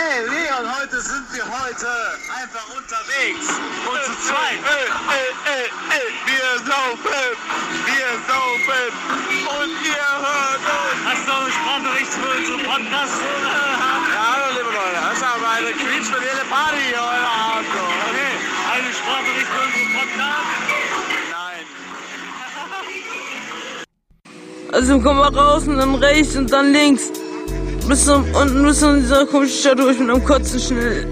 und heute sind wir heute einfach unterwegs und zu zweit. Wir saufen, wir saufen und ihr hört uns. Hast du noch eine Sprachnachricht für unseren Podcast? Ja, hallo liebe Leute, das ist aber eine quietschmedielle Party hier heute Abend. so. Okay, eine Sprachnachricht für unseren Podcast? Nein. Also komm mal raus und dann rechts und dann links. Bis zum, unten bis zu dieser komischen Stadt durch mit einem Kotzen schnell.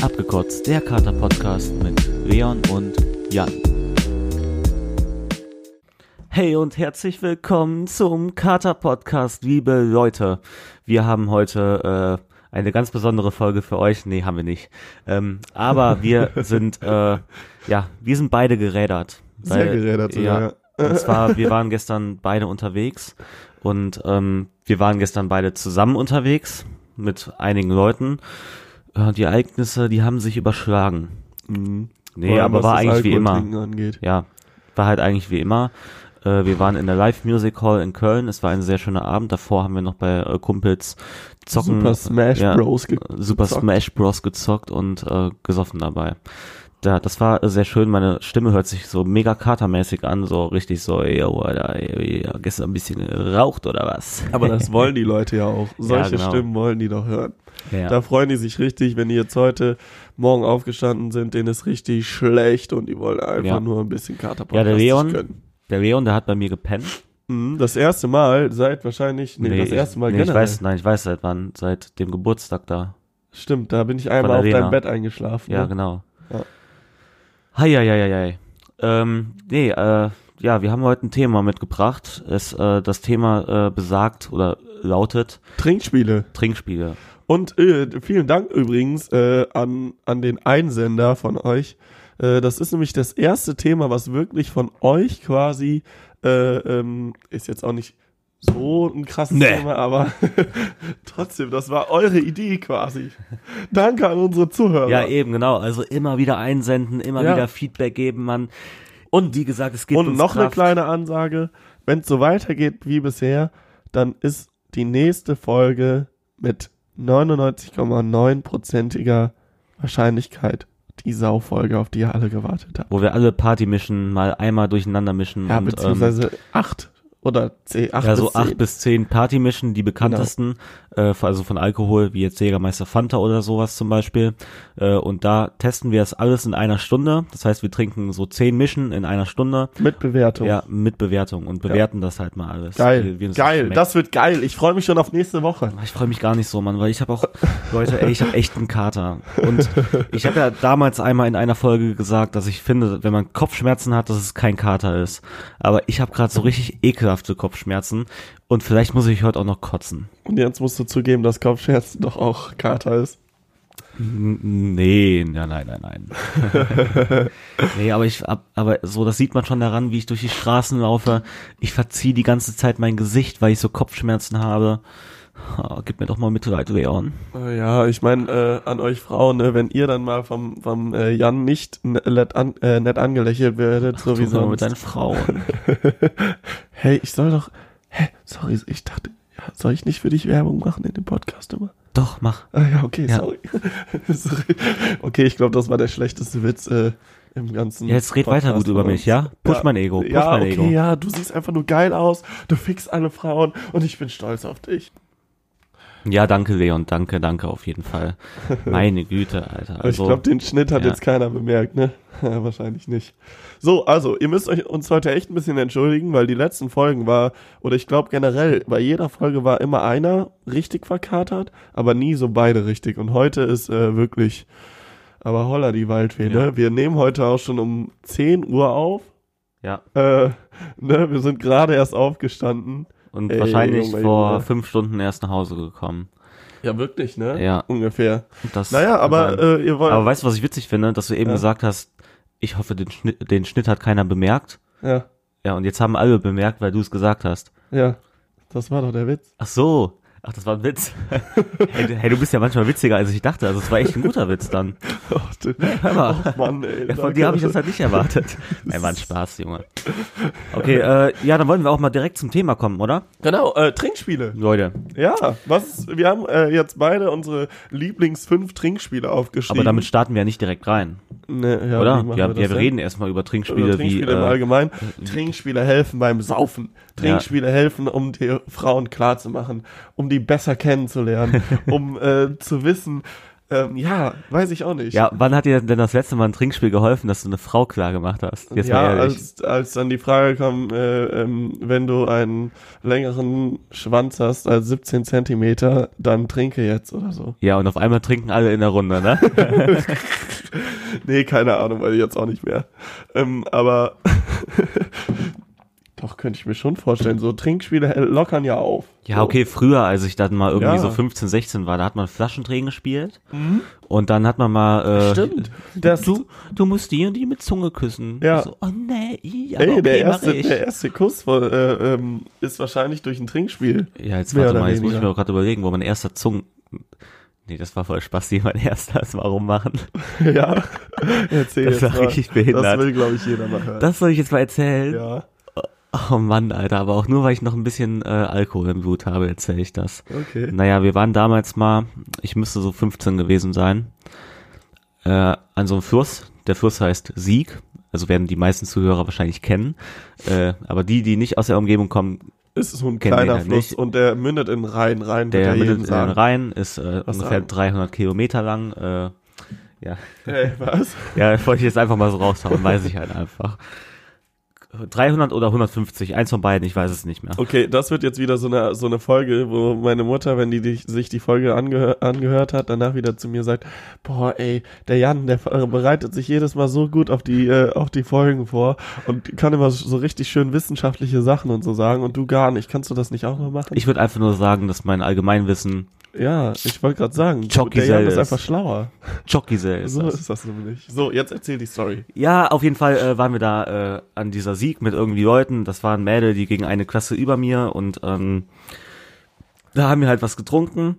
Abgekotzt, der Kater-Podcast mit Leon und Jan. Hey und herzlich willkommen zum Kater-Podcast, liebe Leute. Wir haben heute äh, eine ganz besondere Folge für euch. Nee, haben wir nicht. Ähm, aber wir sind, äh, ja, wir sind beide gerädert. Sehr gerädert sogar, ja. Und zwar, wir waren gestern beide unterwegs und ähm, wir waren gestern beide zusammen unterwegs mit einigen Leuten. Äh, die Ereignisse, die haben sich überschlagen. Nee, mhm. Vor allem, aber was war das eigentlich wie immer Alkoholtrinken Angeht. ja, war halt eigentlich wie immer. Äh, wir waren in der Live Music Hall in Köln. Es war ein sehr schöner Abend. Davor haben wir noch bei äh, Kumpels zocken. Super Smash Mhm. ja, Bros. ge- Super gezockt. Smash Bros. gezockt und äh, gesoffen dabei. Da, das war äh, sehr schön. Meine Stimme hört sich so mega katermäßig an, so richtig so, yo, Alter, ey, ja, gestern ein bisschen geraucht oder was? Aber das wollen die Leute ja auch. Solche genau. Stimmen wollen die doch hören. ja. Da freuen die sich richtig, wenn die jetzt heute Morgen aufgestanden sind, denen ist richtig schlecht und die wollen einfach Ja. nur ein bisschen Katerpodcast Ja, der Leon- gönnen. Der Leon, der hat bei mir gepennt. Mhm, Das erste Mal seit wahrscheinlich, nee, das ich- erste Mal nee, ich generell. weiß, nein, ich weiß seit wann, seit dem Geburtstag da. Stimmt, da bin ich einmal der auf Lena. deinem Bett eingeschlafen. Ja, ne? genau. Ja. Hei, hei, hei, hei. Ähm, nee, äh, ja, wir haben heute ein Thema mitgebracht. Es, äh, das Thema äh, besagt oder lautet Trinkspiele. Trinkspiele. Und äh, vielen Dank übrigens äh, an, an den Einsender von euch. Äh, das ist nämlich das erste Thema, was wirklich von euch quasi äh, ähm, ist jetzt auch nicht so ein krasses Nee. Thema, aber trotzdem, das war eure Idee quasi. Danke an unsere Zuhörer. Ja, eben, genau. Also immer wieder einsenden, immer Ja. wieder Feedback geben, man. Und wie gesagt, es gibt Und uns noch eine Kraft. kleine Ansage, wenn es so weitergeht wie bisher, dann ist die nächste Folge mit 99,9%iger Wahrscheinlichkeit die Saufolge, auf die ihr alle gewartet habt. Wo wir alle Party mischen, mal einmal durcheinander mischen. Ja, und, ähm, beziehungsweise 8 oder 10, 8 Ja, so bis Genau. 8 10. bis 10 Partymischen, die bekanntesten, äh, also von Alkohol, wie jetzt Jägermeister Fanta oder sowas zum Beispiel. Äh, und da testen wir das alles in einer Stunde. Das heißt, wir trinken so 10 Mischen in einer Stunde. mit Bewertung. Ja, mit Bewertung und bewerten das halt mal alles. Geil, Wie- wie uns das geil, schmeckt. das wird geil. Ich freue mich schon auf nächste Woche. Ah, Ich freue mich gar nicht so, Mann, weil ich habe auch, Leute, ey, ich habe echt einen Kater. Und ich habe ja damals einmal in einer Folge gesagt, dass ich finde, wenn man Kopfschmerzen hat, dass es kein Kater ist. Aber ich habe gerade so richtig ekelhafte Kopfschmerzen und vielleicht muss ich heute auch noch kotzen. Und jetzt musst du zugeben, dass Kopfscherzen doch auch Kater ist. N- Nee, ja, nein, nein, nein. nee, aber ich, ab- aber so, das sieht man schon daran, wie ich durch die Straßen laufe. Ich verziehe die ganze Zeit mein Gesicht, weil ich so Kopfschmerzen habe. Ah, gib mir doch mal Mitleid, Leon. Äh, Ja, ich meine, äh, an euch Frauen, ne, wenn ihr dann mal vom, vom äh, Jan nicht n- nett, an, äh, nett angelächelt werdet, so wie Tu mal mit sonst. deinen Frauen. hey, ich soll doch. Hä? Sorry, ich dachte, ja, soll ich nicht für dich Werbung machen in dem Podcast immer? Doch, mach. Ah, ja, okay, Ja. sorry. sorry. Okay, ich glaube, das war der schlechteste Witz äh, im ganzen. Ja, jetzt red weiter Podcast gut über von mich, uns. ja? Push mein Ego, push ja, mein okay, Ego. Ja, du siehst einfach nur geil aus, du fixst alle Frauen und ich bin stolz auf dich. Ja, danke, Leon. Danke, danke auf jeden Fall. Meine Güte, Alter. Aber Also, ich glaube, den Schnitt hat ja. jetzt keiner bemerkt, ne? Ja, Wahrscheinlich nicht. So, also, ihr müsst euch uns heute echt ein bisschen entschuldigen, weil die letzten Folgen war, oder ich glaube generell, bei jeder Folge war immer einer richtig verkatert, aber nie so beide richtig. Und heute ist äh, wirklich, aber holla die Waldfee, ne? Wir nehmen heute auch schon um 10 Uhr auf. ja. Äh, ne? Wir sind gerade erst aufgestanden. Und Ey, wahrscheinlich Junge, vor Junge. fünf Stunden erst nach Hause gekommen. Ja, wirklich, ne? Ja. Ungefähr. Das Naja, aber äh, ihr wollt. Aber weißt du, was ich witzig finde? Dass du eben Ja. gesagt hast, ich hoffe, den Schnitt, den Schnitt hat keiner bemerkt. ja, Ja, und jetzt haben alle bemerkt, weil du es gesagt hast. ja. Das war doch der Witz. Ach so. Ach, das war ein Witz. hey, du- hey, du bist ja manchmal witziger, als ich dachte. Also es war echt ein guter Witz dann. Ach, du- Hör mal. Ach, Oh Mann, ey. Ja, von danke. dir habe ich das halt nicht erwartet. Nein, war ein Spaß, Junge. Okay, äh, ja, dann wollen wir auch mal direkt zum Thema kommen, oder? Genau, äh, Trinkspiele. Leute. Ja, was? Wir haben äh, jetzt beide unsere Lieblings fünf Trinkspiele aufgeschrieben. Aber damit starten wir ja nicht direkt rein, ne, ja, oder? wie machen Ja, wir, das denn? reden erstmal über Trinkspiele, Oder Trinkspiele im wie. Äh, Allgemeinen. Trinkspiele helfen beim Saufen. Trinkspiele helfen, um die Frauen klarzumachen, um die besser kennenzulernen, um äh, zu wissen, ähm, ja, weiß ich auch nicht. ja, wann hat dir denn das letzte Mal ein Trinkspiel geholfen, dass du eine Frau klar gemacht hast? Jetzt ja, mal ehrlich. als, als dann die Frage kam, äh, ähm, wenn du einen längeren Schwanz hast als 17 Zentimeter, dann trinke jetzt oder so. Ja, und auf einmal trinken alle in der Runde, ne? Nee, keine Ahnung, weil jetzt auch nicht mehr. Ähm, aber doch könnte ich mir schon vorstellen, so Trinkspiele hell- lockern ja auf. Ja, so. okay, früher, als ich dann mal irgendwie Ja. so Mhm. 15, 16 war, da hat man Flaschendrehen gespielt. Und dann hat man mal. Äh, Stimmt. Das, Du, du musst die und die mit Zunge küssen. Ja. So, oh nee, i, aber ey, okay, der, mach erste, ich. der erste Kuss von, äh, ähm, ist wahrscheinlich durch ein Trinkspiel. Ja, jetzt Mehr warte oder mal, jetzt muss ich weniger. mir gerade überlegen, wo mein erster Zungen. Nee, das war voll Spaß, die mein erster das Warum machen. ja, erzähl Das jetzt war mal. richtig behindert. Das will, glaube ich, jeder mal hören. Das soll ich jetzt mal erzählen. ja, Oh Mann, Alter, aber auch nur, weil ich noch ein bisschen äh, Alkohol im Blut habe, erzähle ich das. okay. Naja, wir waren damals mal, ich müsste so 15 gewesen sein, äh, an so einem Fluss. Der Fluss heißt Sieg, also werden die meisten Zuhörer wahrscheinlich kennen. Äh, aber die, die nicht aus der Umgebung kommen, Es ist so ein Kennen wir kleiner ja Fluss nicht. und der mündet in Rhein. Rhein der wird ja jedem mündet in den sagen. Rhein, ist äh, Was ungefähr sagen? 300 Kilometer lang. Äh, ja, Ey, was? Ja, wollte ich jetzt einfach mal so raushauen, weiß ich halt einfach. 300 oder 150, eins von beiden, ich weiß es nicht mehr. Okay, das wird jetzt wieder so eine, so eine Folge, wo meine Mutter, wenn die dich, sich die Folge angehör, angehört hat, danach wieder zu mir sagt, boah, ey, der Jan, der ver- bereitet sich jedes Mal so gut auf die, äh, auf die Folgen vor und kann immer so richtig schön wissenschaftliche Sachen und so sagen und du gar nicht. Kannst du das nicht auch mal machen? Ich würde einfach nur sagen, dass mein Allgemeinwissen ja, ich wollte gerade sagen, du- Jockey der Jan ist selbst. einfach schlauer. Jockey-Sale ist. So das. ist das nämlich. So, jetzt erzähl die Story. Ja, auf jeden Fall äh, waren wir da äh, an dieser Sieg mit irgendwie Leuten. Das waren Mädel, die gegen eine Klasse über mir und ähm, da haben wir halt was getrunken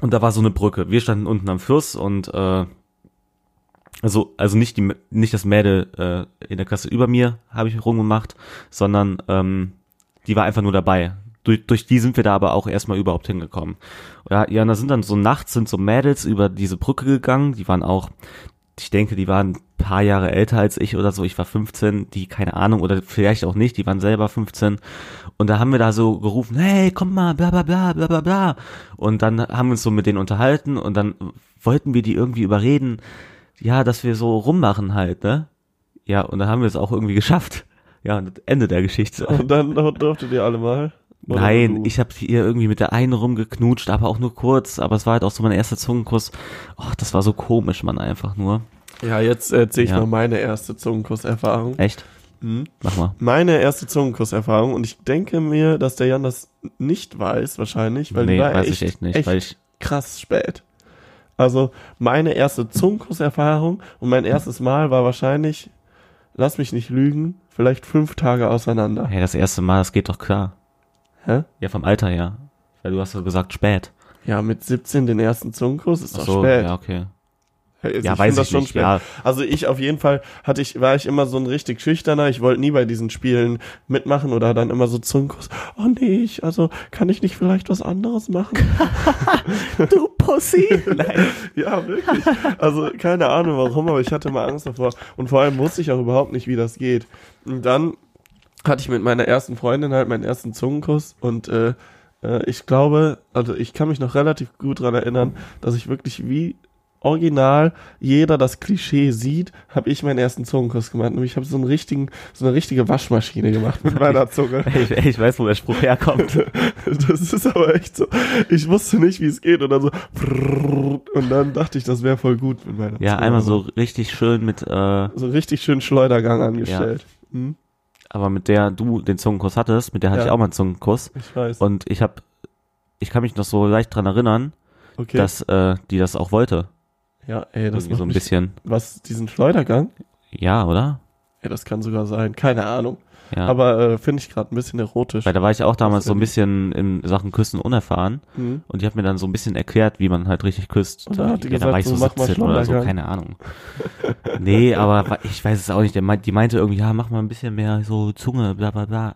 und da war so eine Brücke. Wir standen unten am Fluss und äh, also also nicht die nicht das Mädel äh, in der Klasse über mir habe ich rumgemacht, sondern ähm, die war einfach nur dabei. Durch, durch die sind wir da aber auch erstmal überhaupt hingekommen. Ja, ja, und da sind dann so nachts sind so Mädels über diese Brücke gegangen, die waren auch ich denke, die waren ein paar Jahre älter als ich oder so. Ich war 15, die, keine Ahnung, oder vielleicht auch nicht, die waren selber 15. Und da haben wir da so gerufen, hey, komm mal, bla bla bla, bla bla bla. Und dann haben wir uns so mit denen unterhalten und dann wollten wir die irgendwie überreden, ja, dass wir so rummachen halt, ne? Ja, und dann haben wir es auch irgendwie geschafft. Ja, und das Ende der Geschichte. Und dann durftet ihr alle mal. Oder Nein, du? ich habe hier irgendwie mit der einen rumgeknutscht, aber auch nur kurz. Aber es war halt auch so mein erster Zungenkuss. Och, das war so komisch, man, einfach nur. Ja, jetzt erzähl ich Ja. mal meine erste Zungenkusserfahrung. Echt? Mhm. Mach mal. Meine erste Zungenkusserfahrung und ich denke mir, dass der Jan das nicht weiß wahrscheinlich, weil Nee, die war weiß echt, ich echt nicht, weil ich- krass spät. Also meine erste Zungenkusserfahrung und mein erstes Mal war wahrscheinlich, lass mich nicht lügen, vielleicht fünf Tage auseinander. Hey, das erste Mal, das geht doch klar. Hä? Ja, vom Alter her. Weil du hast ja gesagt spät. Ja, mit 17 den ersten Zungenkuss ist Ach doch so, spät. ja, okay. Hey, also Ja, ich weiß find das ich schon nicht, spät. ja. Also ich auf jeden Fall hatte ich, war ich immer so ein richtig schüchterner. Ich wollte nie bei diesen Spielen mitmachen oder dann immer so Zungenkuss. Oh nee, ich, also kann ich nicht vielleicht was anderes machen? Du Pussy! Nein. ja, wirklich. Also keine Ahnung warum, aber ich hatte mal Angst davor. Und vor allem wusste ich auch überhaupt nicht, wie das geht. Und dann hatte ich mit meiner ersten Freundin halt meinen ersten Zungenkuss und äh, äh, ich glaube, also ich kann mich noch relativ gut dran erinnern, dass ich wirklich wie original jeder das Klischee sieht, habe ich meinen ersten Zungenkuss gemacht. Und ich habe so einen richtigen, so eine richtige Waschmaschine gemacht mit meiner Zunge. Ich, ich weiß, wo der Spruch herkommt. Das ist aber echt so. Ich wusste nicht, wie es geht. Und dann so. Und dann dachte ich, das wäre voll gut mit meiner Ja, Zunge. einmal so richtig schön mit, äh, So richtig schön Schleudergang angestellt. Hm? aber mit der du den Zungenkuss hattest, mit der hatte Ja. ich auch mal einen Zungenkuss. Ich weiß. Und ich hab, ich kann mich noch so leicht dran erinnern, okay. dass äh, die das auch wollte. ja, ey, das Irgendwie macht so ein mich- bisschen. Was, diesen Schleudergang? Ja, oder? Ja, das kann sogar sein. Keine Ahnung. Ja. Aber äh, finde ich gerade ein bisschen erotisch. Weil da war ich auch damals so ein bisschen in Sachen Küssen unerfahren Mhm. und ich habe mir dann so ein bisschen erklärt, wie man halt richtig küsst. Und da hat die ja, gesagt, da war ich so so, mach mal 17 oder so, Schlummergang. keine Ahnung. nee, aber wa- ich weiß es auch nicht. Der meint, die meinte irgendwie, ja, mach mal ein bisschen mehr so Zunge, bla bla bla.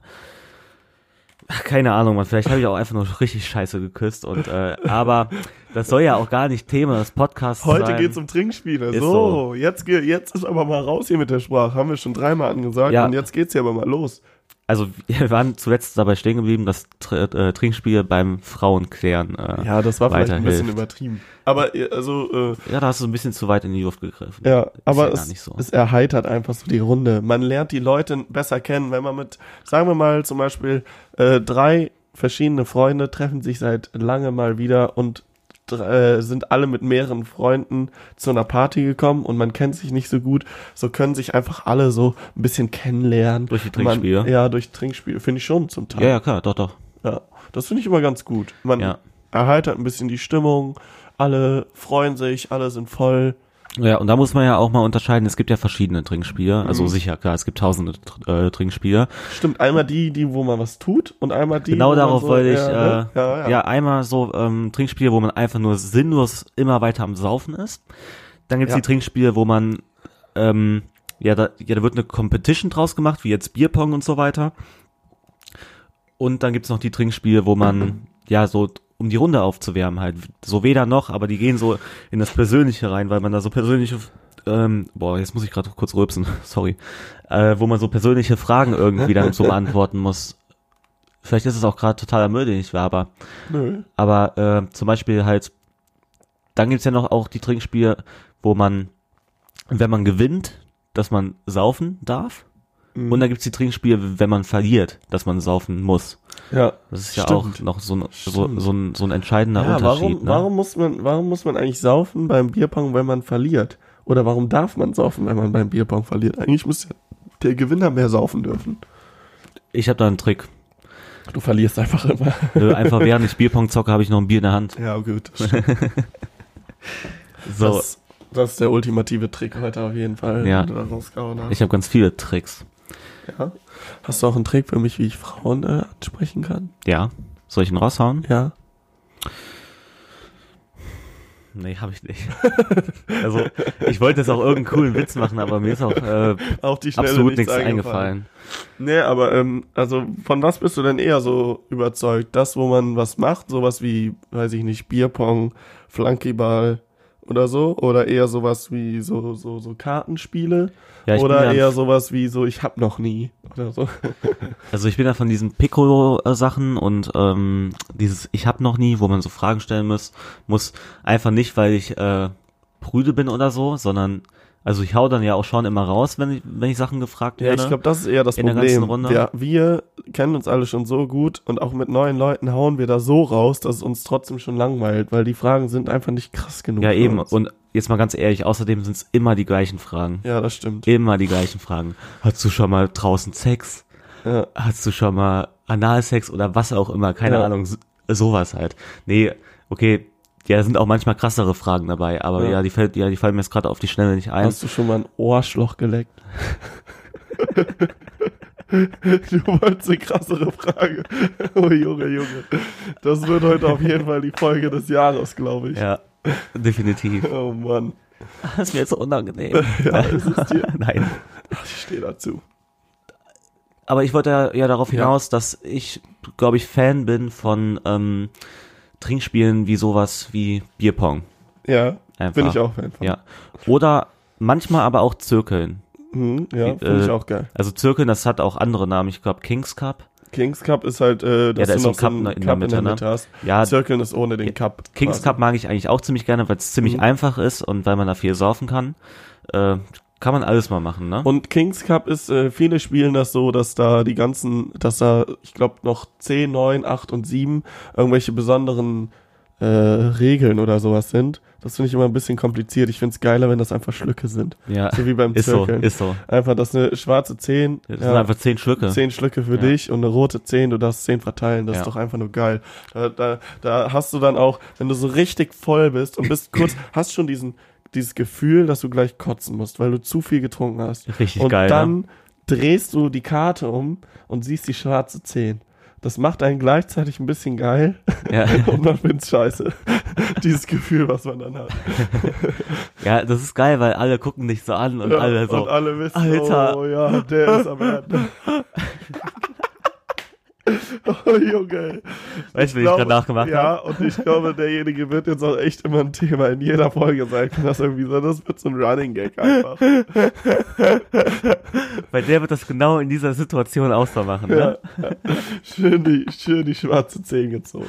Ach, keine Ahnung, man, vielleicht habe ich auch einfach nur richtig scheiße geküsst und äh, aber das soll ja auch gar nicht Thema des Podcasts sein. Heute geht's um Trinkspiele. Ist So, so. Jetzt, ge- jetzt ist aber mal raus hier mit der Sprache. Haben wir schon dreimal angesagt Ja. und jetzt geht's hier aber mal los. Also wir waren zuletzt dabei stehen geblieben, dass Tr äh, Trinkspiel beim Frauenklären äh, Ja, das war vielleicht ein bisschen weiterhilft. übertrieben. Aber äh, also, äh, Ja, da hast du ein bisschen zu weit in die Luft gegriffen. ja, aber ja gar es, nicht so. es erheitert einfach so die Runde. Man lernt die Leute besser kennen, wenn man mit, sagen wir mal zum Beispiel, äh, drei verschiedene Freunde treffen sich seit lange mal wieder und dr- äh, sind alle mit mehreren Freunden zu einer Party gekommen und man kennt sich nicht so gut, so können sich einfach alle so ein bisschen kennenlernen. Durch die Und man- Trinkspiele? Ja, durch Trinkspiele, finde ich schon zum Teil. Ja, ja, klar, doch, doch. Ja, das finde ich immer ganz gut. Man Ja. erheitert ein bisschen die Stimmung, alle freuen sich, alle sind voll. Ja, und da muss man ja auch mal unterscheiden, es gibt ja verschiedene Trinkspiele. Also sicher, klar, es gibt tausende äh, Trinkspiele. Stimmt, einmal die, die, wo man was tut und einmal die. wo genau man darauf so, wollte ich, ja, äh, ne? ja, ja, ja. einmal so ähm, Trinkspiele, wo man einfach nur sinnlos immer weiter am Saufen ist. Dann gibt's Ja. die Trinkspiele, wo man, ähm, ja, da, ja, da wird eine Competition draus gemacht, wie jetzt Bierpong und so weiter. Und dann gibt's noch die Trinkspiele, wo man, ja, so um die Runde aufzuwärmen halt. So weder noch, aber die gehen so in das Persönliche rein, weil man da so persönliche, ähm, boah, jetzt muss ich gerade kurz rülpsen, sorry. Äh, wo man so persönliche Fragen irgendwie dann so beantworten muss. Vielleicht ist es auch gerade totaler Müll, den ich laber. Nö. Aber äh, zum Beispiel halt, dann gibt's ja noch auch die Trinkspiele, wo man, wenn man gewinnt, dass man saufen darf. Mhm. Und dann gibt's die Trinkspiele, wenn man verliert, dass man saufen muss. Ja, Das ist ja Stimmt. auch noch so ein, so, Stimmt. so ein, so ein entscheidender ja Unterschied. warum, ne? warum, muss man, warum muss man eigentlich saufen beim Bierpong, wenn man verliert? Oder warum darf man saufen, wenn man beim Bierpong verliert? Eigentlich muss ja der Gewinner mehr saufen dürfen. Ich habe da einen Trick. Du verlierst einfach immer. Nö, Einfach während ich Bierpong zocke, habe ich noch ein Bier in der Hand. Ja, gut. So, Das, das ist der ultimative Trick heute auf jeden Fall. Ja. den du da rausgehauen hast. ich habe ganz viele Tricks. Ja. Hast du auch einen Trick für mich, wie ich Frauen äh, ansprechen kann? Ja, soll ich ihn raushauen? Ja. Nee, habe ich nicht. Also, ich wollte jetzt auch irgendeinen coolen Witz machen, aber mir ist auch äh, Auf die Schnelle absolut nichts eingefallen. Nee, aber ähm, also von was bist du denn eher so überzeugt? Das, wo man was macht, sowas wie, weiß ich nicht, Bierpong, Flankyball oder so? Oder eher sowas wie so, so, so Kartenspiele? Ja, ich bin oder ja ein eher F- sowas wie so, ich hab noch nie oder so? Also ich bin ja von diesen Piccolo-Sachen und ähm, dieses Ich hab noch nie, wo man so Fragen stellen muss, muss einfach nicht, weil ich äh, prüde bin oder so, sondern also ich hau dann ja auch schon immer raus, wenn ich, wenn ich Sachen gefragt Ja, werde. ich glaube, das ist eher das ne? In der Problem. ganzen Runde. Wir, wir kennen uns alle schon so gut und auch mit neuen Leuten hauen wir da so raus, dass es uns trotzdem schon langweilt, weil die Fragen sind einfach nicht krass genug. ja für eben. uns. Und jetzt mal ganz ehrlich, außerdem sind's immer die gleichen Fragen. ja, das stimmt. Immer die gleichen Fragen. Hast du schon mal draußen Sex? Ja. Hast du schon mal Analsex oder was auch immer? Keine Ja. Ahnung, so, sowas halt. Nee, okay, ja, da sind auch manchmal krassere Fragen dabei, aber Ja. ja, die, fällt, ja, die fallen mir jetzt gerade auf die Schnelle nicht ein. Hast du schon mal ein Ohrschloch geleckt? du wolltest eine krassere Frage. Oh Junge, Junge. Das wird heute auf jeden Fall die Folge des Jahres, glaube ich. Ja, definitiv. Oh Mann. Das ist mir jetzt so unangenehm. Ja, es ist dir. Nein. Ach, Ich stehe dazu. Aber ich wollte ja, ja darauf hinaus, dass ich, glaube ich, Fan bin von ähm, Trinkspielen wie sowas wie Bierpong. Ja, Einfach. bin ich auch Fan von. Ja. Oder manchmal aber auch Zirkeln. Mhm, ja finde ich Äh, auch geil. Also Zirkeln, das hat auch andere Namen. Ich glaube, Kings Cup. Kings Cup ist halt, äh, dass da du ist so noch ein Cup in der Mitte, ne? hast. Ja, Zirkeln ist ohne den Ja, Cup. Kings quasi. Cup mag ich eigentlich auch ziemlich gerne, weil es ziemlich Mhm. einfach ist und weil man da viel saufen kann. Äh, kann man alles mal machen, ne? Und Kings Cup ist, äh, viele spielen das so, dass da die ganzen, dass da, ich glaube, noch 10, 9, 8 und 7 irgendwelche besonderen äh, Regeln oder sowas sind. Das finde ich immer ein bisschen kompliziert. Ich finde es geiler, wenn das einfach Schlücke sind. ja, So wie beim ist so, Zirkeln. ist so. Einfach, dass eine schwarze 10, Das sind ja, einfach zehn Schlücke. 10 Schlücke für Ja. dich und eine rote 10, du darfst 10 verteilen. Das Ja. ist doch einfach nur geil. Da, da, da hast du dann auch, wenn du so richtig voll bist und bist kurz, hast schon diesen dieses Gefühl, dass du gleich kotzen musst, weil du zu viel getrunken hast. Richtig und geil, ne? Dann drehst du die Karte um und siehst die schwarze 10. Das macht einen gleichzeitig ein bisschen geil Ja. und man find's scheiße. Dieses Gefühl, was man dann hat. Ja, das ist geil, weil alle gucken dich so an und Ja, alle so. und alle wissen, Alter. oh ja, der ist am Ende. oh Junge. weißt du, wie ich gerade nachgemacht ja, habe? und ich glaube, derjenige wird jetzt auch echt immer ein Thema in jeder Folge sein. Kann das irgendwie sein? Das wird so ein Running Gag einfach. Bei der wird das genau in dieser Situation ausmachen, ne? Schön die, schön die schwarze Zehen gezogen.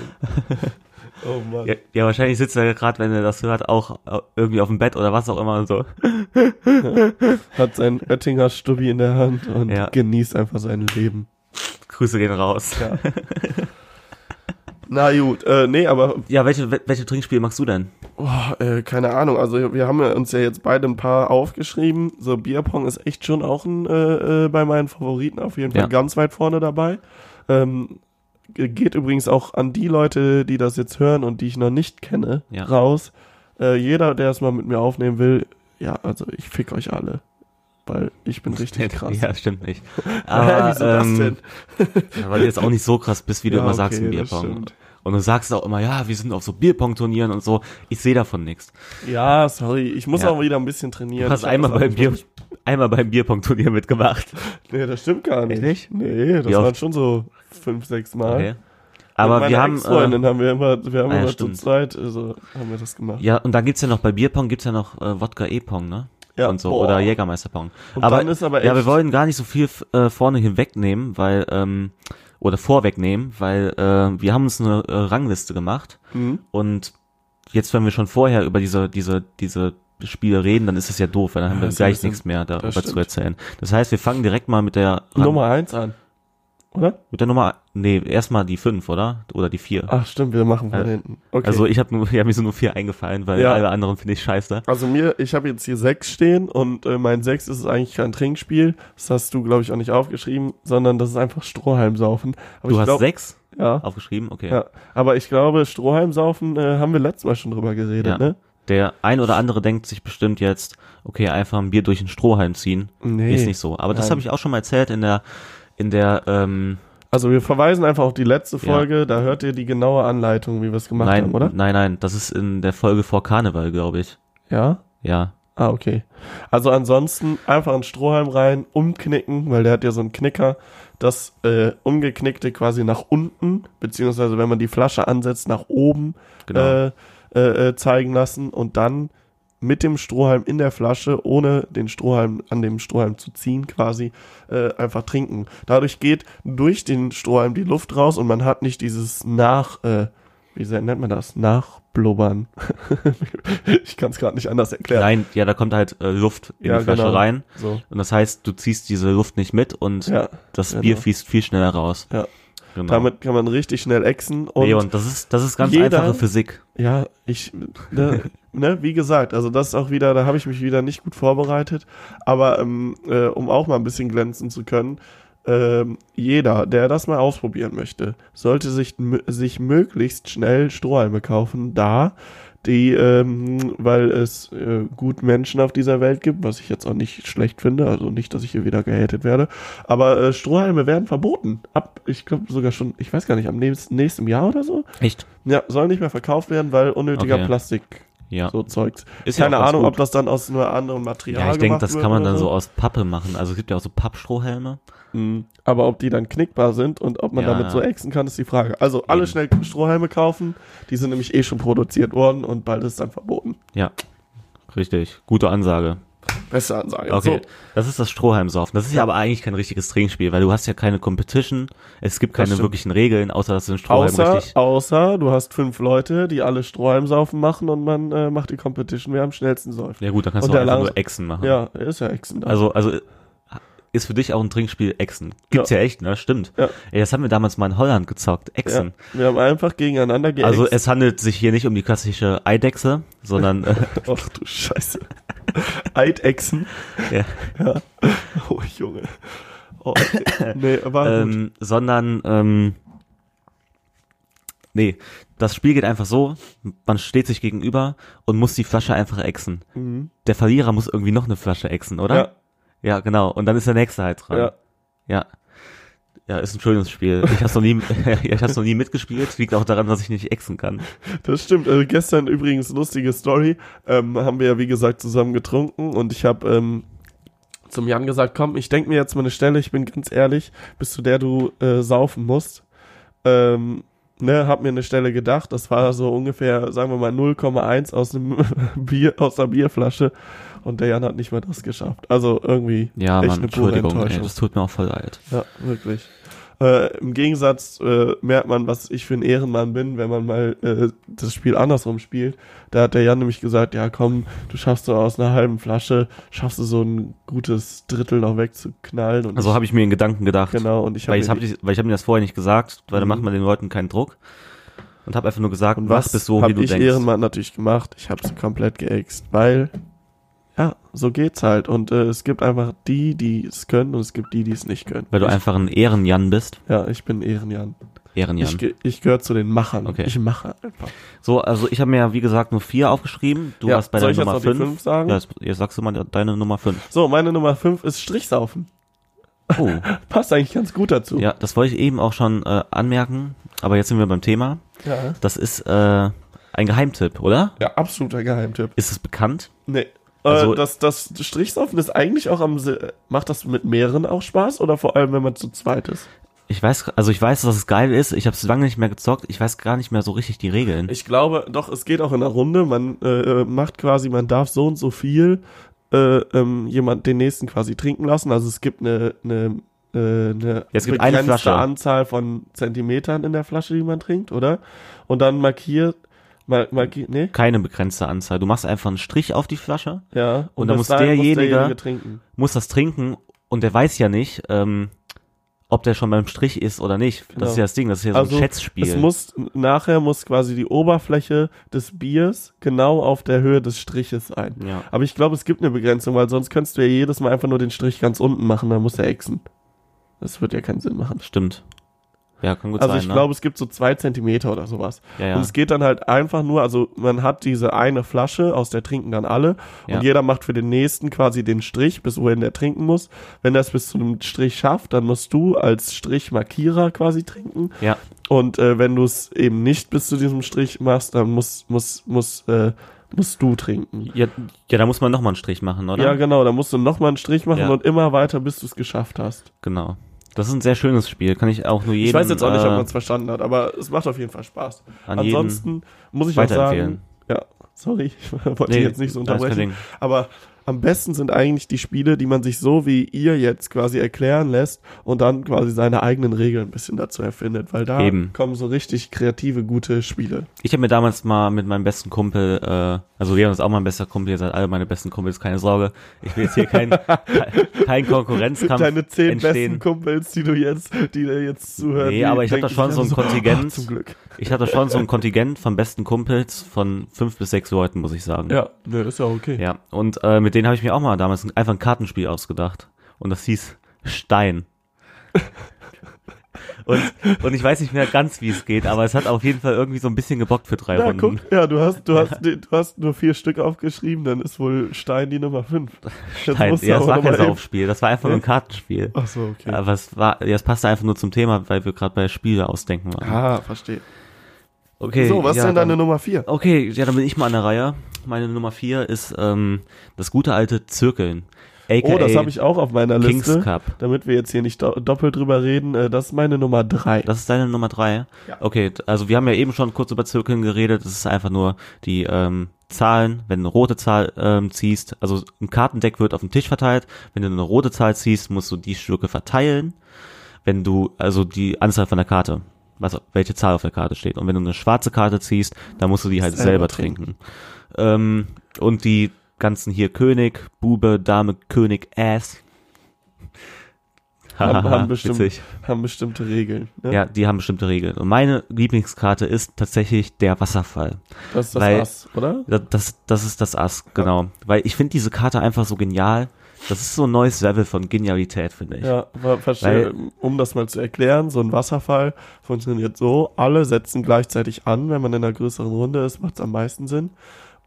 Oh Mann. Ja, ja, wahrscheinlich sitzt er gerade, wenn er das hört, auch äh, irgendwie auf dem Bett oder was auch immer und so. Hat seinen Oettinger Stubbi in der Hand und Ja. genießt einfach sein Leben. Grüße gehen raus. Ja, Na gut, äh, nee, aber welche, wel- welche Trinkspiele machst du denn? Boah, äh, keine Ahnung. Also wir haben ja uns ja jetzt beide ein paar aufgeschrieben. So Bierpong ist echt schon auch ein, äh, äh, bei meinen Favoriten auf jeden Fall Ja. ganz weit vorne dabei. Ähm, ge- geht übrigens auch an die Leute, die das jetzt hören und die ich noch nicht kenne, Ja. raus. Äh, jeder, der es mal mit mir aufnehmen will, ja, also ich fick euch alle. Weil ich bin richtig krass. Ja, Ah, ähm, stimmt nicht. Hä, Aber, wieso das denn? Ja, weil du jetzt auch nicht so krass bist, wie du Ja, immer sagst okay, im das Bierpong. stimmt. Und du sagst auch immer, ja, wir sind auf so Bierpong-Turnieren und so. Ich sehe davon nichts. Ja, sorry. Ich muss Ja. auch wieder ein bisschen trainieren. Du hast Ich hab einmal das auch beim, nicht Bier, einmal beim Bierpong-Turnier mitgemacht. Nee, das stimmt gar nicht. Echt nicht? Nee, das Wie oft? waren schon so fünf, sechs Mal. Okay. Aber Mit wir meiner haben. Äh, Ex-Freundin haben wir immer, wir haben Ah, ja, immer zu stimmt. zweit, also haben wir das gemacht. ja, und dann gibt's ja noch bei Bierpong gibt's ja noch äh, Wodka E-Pong, ne? Ja, und so. boah. Oder Jägermeisterpong. Und dann ist aber ja, echt- wir wollen gar nicht so viel f- äh, vorne hinwegnehmen, weil ähm, oder vorwegnehmen, weil äh, wir haben uns eine äh, Rangliste gemacht Mhm. und jetzt, wenn wir schon vorher über diese diese diese Spiele reden, dann ist das ja doof, weil dann haben wir das ist ein gleich bisschen- nichts mehr darüber zu stimmt. erzählen. Das heißt, wir fangen direkt mal mit der Rang- Nummer eins an. Oder? mit der Nummer nee erstmal die fünf oder oder die vier. Ach stimmt, wir machen von Äh, hinten. Ah, Okay. Also ich habe nur ja, mir so nur vier eingefallen, weil Ja. alle anderen finde ich scheiße. Also mir, ich habe jetzt hier sechs stehen und äh, mein sechs ist eigentlich kein Trinkspiel. Das hast du, glaube ich, auch nicht aufgeschrieben, sondern das ist einfach Strohhalmsaufen. Aber Du ich hast glaub, sechs Ja. aufgeschrieben, okay. Ja, aber ich glaube, Strohhalmsaufen äh, haben wir letztes Mal schon drüber geredet, Ja. ne? Der ein oder andere denkt sich bestimmt jetzt, okay, einfach ein Bier durch den Strohhalm ziehen. Nee. Ist nicht so. Aber das Nein. habe ich auch schon mal erzählt in der, in der, ähm, Also wir verweisen einfach auf die letzte Folge, da hört ihr die genaue Anleitung, wie wir es gemacht nein, haben, oder? nein, nein, das ist in der Folge vor Karneval, glaube ich. Ja. Ja. Ah, okay. Also ansonsten einfach einen Strohhalm rein, umknicken, weil der hat ja so einen Knicker, das äh, umgeknickte quasi nach unten, beziehungsweise wenn man die Flasche ansetzt, nach oben Genau. äh, äh, äh, zeigen lassen und dann mit dem Strohhalm in der Flasche, ohne den Strohhalm an dem Strohhalm zu ziehen, quasi äh, einfach trinken. Dadurch geht durch den Strohhalm die Luft raus und man hat nicht dieses Nach, äh, wie nennt man das? Nachblubbern. ich kann es gerade nicht anders erklären. Nein, ja, da kommt halt äh, Luft in Ja, die Flasche genau. rein. So. Und das heißt, du ziehst diese Luft nicht mit und Ja, das genau. Bier fließt viel schneller raus. Ja. Genau. Damit kann man richtig schnell exen und nee, und das ist, das ist ganz jeder- einfache Physik. ja, ich ne, ne, wie gesagt, also das ist auch wieder, da habe ich mich wieder nicht gut vorbereitet, aber ähm, äh, um auch mal ein bisschen glänzen zu können, ähm, jeder, der das mal ausprobieren möchte, sollte sich mö- sich möglichst schnell Strohhalme kaufen, da die, ähm, weil es äh, gut Menschen auf dieser Welt gibt, was ich jetzt auch nicht schlecht finde, also nicht, dass ich hier wieder gehatet werde, aber äh, Strohhalme werden verboten. Ab, ich glaube sogar schon, ich weiß gar nicht, am nächsten, nächsten Jahr oder so. Echt? Ja, soll nicht mehr verkauft werden, weil unnötiger Okay. Plastik Ja. so Zeugs. Ist ja Keine auch ganz Ahnung, gut. ob das dann aus einem anderen Material ja, ich denke, gemacht das wird kann man oder dann so aus Pappe machen. Also es gibt ja auch so Pappstrohhelme. Mhm. Aber ob die dann knickbar sind und ob man Ja, damit ja. so ächzen kann, ist die Frage. Also alle Eben. schnell Strohhalme kaufen, die sind nämlich eh schon produziert worden und bald ist es dann verboten. Ja. Richtig. Gute Ansage. Beste Ansage. Okay, So. das ist das Strohhalmsaufen. Das ist ja aber eigentlich kein richtiges Trinkspiel, weil du hast ja keine Competition. Es gibt keine stimmt. wirklichen Regeln, außer dass du den Strohhalm Außer, richtig. außer du hast fünf Leute, die alle Strohhalmsaufen machen und man äh, macht die Competition, wer am schnellsten säuft. Ja gut, dann kannst und du auch der einfach Lang- nur Echsen machen. Ja, ist ja Echsen. da. Also, also ist für dich auch ein Trinkspiel Echsen. Gibt's ja, echt, ne? Stimmt. Ja. Ey, das haben wir damals mal in Holland gezockt, ja, Echsen. wir haben einfach gegeneinander geäxt. Also es handelt sich hier nicht um die klassische Eidechse, sondern äh, Ach du Scheiße. Eidechsen. ja, Oh Junge. Oh, nee, war gut. ähm, sondern ähm, nee, das Spiel geht einfach so, man steht sich gegenüber und muss die Flasche einfach ächzen. Der Verlierer muss irgendwie noch eine Flasche ächzen, oder? Mhm. Ja. Ja, genau. Und dann ist der nächste halt dran. Ja. Ja. Ja, ja ist ein schönes Spiel. Ich hab's noch nie, ich hab's noch nie mitgespielt. Liegt auch daran, dass ich nicht exen kann. Das stimmt. Also gestern übrigens lustige Story. Ähm, haben wir ja wie gesagt zusammen getrunken und ich habe ähm, zum Jan gesagt, komm, ich denke mir jetzt mal eine Stelle. Ich bin ganz ehrlich, bis zu der du äh, saufen musst. Ähm, ne, hab mir eine Stelle gedacht. Das war so ungefähr, sagen wir mal 0,1 aus einem Bier aus einer Bierflasche und der Jan hat nicht mal das geschafft. Also irgendwie Ja, echt Mann, eine pure Entschuldigung. Ey, Enttäuschung. das tut mir auch voll leid. Ja, wirklich. Äh, Im Gegensatz äh, merkt man, was ich für ein Ehrenmann bin, wenn man mal äh, das Spiel andersrum spielt. Da hat der Jan nämlich gesagt, ja komm, du schaffst so aus einer halben Flasche, schaffst du so ein gutes Drittel noch wegzuknallen. Und Also habe ich mir in Gedanken gedacht. Genau, und ich hab weil ich mir habe die- weil ich hab mir das vorher nicht gesagt, weil dann Mhm. macht man den Leuten keinen Druck. Und habe einfach nur gesagt, und was was mach bis so, hab wie du ich denkst. Ehrenmann natürlich gemacht? Ich habe sie komplett geäxt, weil ja, so geht's halt. Und äh, es gibt einfach die, die es können und es gibt die, die es nicht können. Weil du ich, einfach ein Ehrenjan bist. ja, ich bin Ehrenjan. Ehrenjan. Ich, ge- ich gehöre zu den Machern. Okay. Ich mache einfach. so, also ich habe mir ja, wie gesagt, nur vier aufgeschrieben. Du Ja, warst bei der soll ich jetzt Nummer noch die fünf. fünf sagen? Ja, jetzt, jetzt sagst du mal deine Nummer fünf. So, meine Nummer 5 ist Strichsaufen. Oh. Passt eigentlich ganz gut dazu. Ja, das wollte ich eben auch schon äh, anmerken, aber jetzt sind wir beim Thema. Ja, Das ist äh, ein Geheimtipp, oder? ja absoluter Geheimtipp. Ist es bekannt? Nee. Also- äh, das, das Strichsaufen ist eigentlich auch am. Se Macht das mit mehreren auch Spaß oder vor allem, wenn man zu zweit ist? Ich weiß, also ich weiß, dass es geil ist. Ich habe es lange nicht mehr gezockt. Ich weiß gar nicht mehr so richtig die Regeln. Ich glaube, doch, es geht auch in der Runde. Man äh, macht quasi, man darf so und so viel äh, ähm, jemand den nächsten quasi trinken lassen. Also es gibt eine. eine äh, eine Ja, es gibt eine begrenzte Flasche. Anzahl von Zentimetern in der Flasche, die man trinkt, oder? Und dann markiert, mar markiert, nee, Keine begrenzte Anzahl. Du machst einfach einen Strich auf die Flasche, ja. Und dann bis muss dahin derjenige- trinken. musst das trinken und der weiß ja nicht, ähm, ob der schon beim Strich ist oder nicht. Genau. Das ist ja das Ding, das ist ja so Also, ein Schätzspiel. Es muss nachher muss quasi die Oberfläche des Biers genau auf der Höhe des Striches sein. Ja. Aber ich glaube, es gibt eine Begrenzung, weil sonst könntest du ja jedes Mal einfach nur den Strich ganz unten machen, dann muss er exen. Das wird ja keinen Sinn machen. Stimmt. Ja, kann gut Also sein. ich ne? glaube, es gibt so zwei Zentimeter oder sowas. Ja, ja. Und es geht dann halt einfach nur, also man hat diese eine Flasche, aus der trinken dann alle. Ja. Und jeder macht für den nächsten quasi den Strich, bis wohin der trinken muss. Wenn er es bis zu einem Strich schafft, dann musst du als Strichmarkierer quasi trinken. ja. Und äh, wenn du es eben nicht bis zu diesem Strich machst, dann muss, muss, muss, äh, musst du trinken. ja, ja, da muss man nochmal einen Strich machen, oder? Ja, genau, dann musst du nochmal einen Strich machen Ja. und immer weiter, bis du es geschafft hast. Genau. Das ist ein sehr schönes Spiel, kann ich auch nur jedem ich weiß jetzt auch nicht, ob äh, man es verstanden hat, aber es macht auf jeden Fall Spaß. an jeden Ansonsten muss ich auch sagen, weiterempfehlen. ja, sorry, ich wollte Nee, jetzt nicht so da ist kein unterbrechen, Ding. aber am besten sind eigentlich die Spiele, die man sich so wie ihr jetzt quasi erklären lässt und dann quasi seine eigenen Regeln ein bisschen dazu erfindet, weil da Eben. kommen so richtig kreative, gute Spiele. Ich habe mir damals mal mit meinem besten Kumpel, äh, also Leon ist auch mein bester Kumpel, ihr seid alle meine besten Kumpels, keine Sorge. Ich will jetzt hier kein, kein Konkurrenzkampf Deine zehn besten entstehen. Kumpels, die du jetzt, die dir jetzt zuhören. Nee, die aber ich hab denken da schon sich so ein alle Kontingent. "Ah, zum Glück. Ich hatte schon so ein Kontingent von besten Kumpels von fünf bis sechs Leuten, muss ich sagen. Ja, ne, ist ja okay. Ja, und äh, mit denen habe ich mir auch mal damals ein- einfach ein Kartenspiel ausgedacht. Und das hieß Stein. und, und ich weiß nicht mehr ganz, wie es geht, aber es hat auf jeden Fall irgendwie so ein bisschen gebockt für drei Ja, Runden. guck, ja, du hast, du hast, du hast nur vier Stück aufgeschrieben, dann ist wohl Stein die Nummer fünf. Jetzt Nein, musst du ja, es aber war noch kein mal eben- Saufspiel, das war einfach nur ein Kartenspiel. Ach so, okay. Aber es war, ja, es passte einfach nur zum Thema, weil wir gerade bei Spiele ausdenken waren. Ah, verstehe. Okay. so, was ist ja, denn deine dann- Nummer vier? Okay, ja, dann bin ich mal an der Reihe. Meine Nummer vier ist ähm, das gute alte Zirkeln. AKA Oh, das habe ich auch auf meiner Kings Liste. Cup. Damit wir jetzt hier nicht do doppelt drüber reden, äh, das ist meine Nummer drei. Das ist deine Nummer drei. Ja. Okay, d- also wir haben ja eben schon kurz über Zirkeln geredet. Es ist einfach nur die ähm, Zahlen, wenn du eine rote Zahl ähm, ziehst, also ein Kartendeck wird auf den Tisch verteilt. Wenn du eine rote Zahl ziehst, musst du die Stücke verteilen. Wenn du, also die Anzahl von der Karte, was, welche Zahl auf der Karte steht. Und wenn du eine schwarze Karte ziehst, dann musst du die halt Selber selber, trinken. Ähm, und die ganzen hier König, Bube, Dame, König, Ass. haben, haben, bestimmt, Witzig. haben bestimmte Regeln. Ne? Ja, die haben bestimmte Regeln. Und meine Lieblingskarte ist tatsächlich der Wasserfall. Das ist das weil- Ass, oder? Das, das, das ist das Ass, genau. Weil ich finde diese Karte einfach so genial. Das ist so ein neues Level von Genialität, finde ich. Ja, ver- verstehe. um das mal zu erklären, so ein Wasserfall funktioniert so, alle setzen gleichzeitig an, wenn man in einer größeren Runde ist, macht es am meisten Sinn.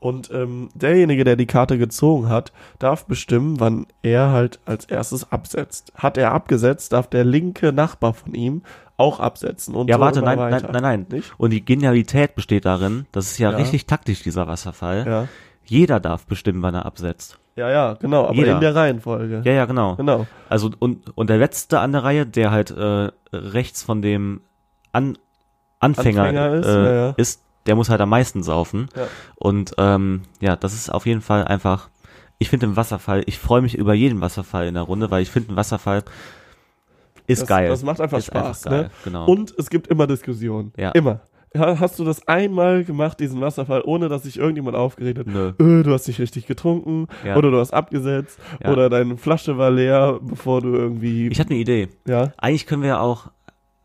Und ähm, derjenige, der die Karte gezogen hat, darf bestimmen, wann er halt als erstes absetzt. Hat er abgesetzt, darf der linke Nachbar von ihm auch absetzen. Und Ja, so warte, immer nein, nein, weiter. nein, nein. Nicht? Und die Genialität besteht darin, das ist ja, Ja. richtig taktisch, dieser Wasserfall. Ja. Jeder darf bestimmen, wann er absetzt. Ja, ja, genau, aber Jeder. in der Reihenfolge. Ja, ja, genau. Genau. Also und, und der letzte an der Reihe, der halt äh, rechts von dem an Anfänger, Anfänger ist, ist, äh, ja, ja. ist, der muss halt am meisten saufen. Ja. Und ähm, ja, das ist auf jeden Fall einfach. Ich finde den Wasserfall, ich freue mich über jeden Wasserfall in der Runde, weil ich finde, ein Wasserfall ist Das- geil. das macht einfach ist Spaß, ne? Genau. Und es gibt immer Diskussionen. Ja. Immer. Ha- Hast du das einmal gemacht, diesen Wasserfall, ohne dass sich irgendjemand aufgeregt hat? Nö. Äh, du hast nicht richtig getrunken Ja. oder du hast abgesetzt Ja. oder deine Flasche war leer, bevor du irgendwie. ich habe eine Idee. ja. Eigentlich können wir auch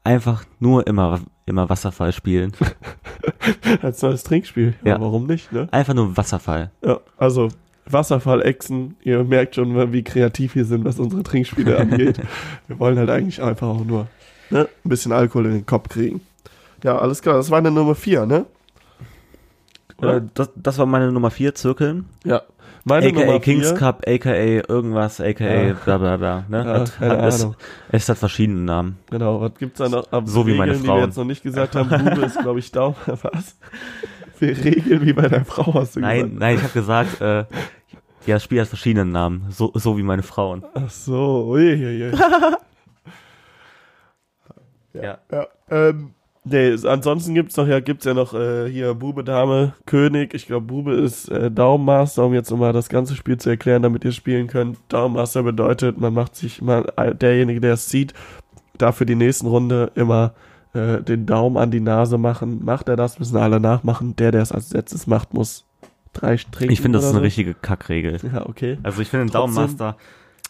einfach nur immer immer Wasserfall spielen. Als neues Trinkspiel. Ja. Ja. warum nicht, ne? Einfach nur Wasserfall. Ja. Also, Wasserfall-Echsen, ihr merkt schon, wie kreativ wir sind, was unsere Trinkspiele angeht. Wir wollen halt eigentlich einfach auch nur ne? ein bisschen Alkohol in den Kopf kriegen. Ja, alles klar. Das war eine Nummer 4, ne? Oder? Äh, Das, das war meine Nummer vier Zirkeln. Ja. Meine AKA Nummer Kings vier, Cup, AKA irgendwas, AKA Ja. bla bla bla. Ne? Ja, hat, keine hat, es, Ahnung. es hat verschiedene Namen. Genau, was gibt's da noch? ab So wie meine Regeln, die wir Frauen. jetzt noch nicht gesagt haben. Bube ist, glaube ich, Daumen. Was? Für Regeln wie bei der Frau hast du Nein, gesagt. nein, ich habe gesagt, äh, ja, das Spiel hat verschiedene Namen, so, so wie meine Frauen. Ach so, uiuiui. Ja. ja. Ähm, nee, es- ansonsten gibt's noch, ja, gibt's ja noch äh, hier Bube, Dame, König. Ich glaube, Bube ist äh, Daumenmaster, um jetzt nochmal das ganze Spiel zu erklären, damit ihr spielen könnt. Daumenmaster bedeutet, man macht sich, man, äh, derjenige, der es sieht, darf für die nächsten Runde immer äh, den Daumen an die Nase machen. Macht er das, müssen alle nachmachen. Der, der es als letztes macht, muss drei Striche. Ich finde, das ist oder eine so. richtige Kackregel. Ja, okay. Also ich finde Also- Trotzdem, Daumenmaster,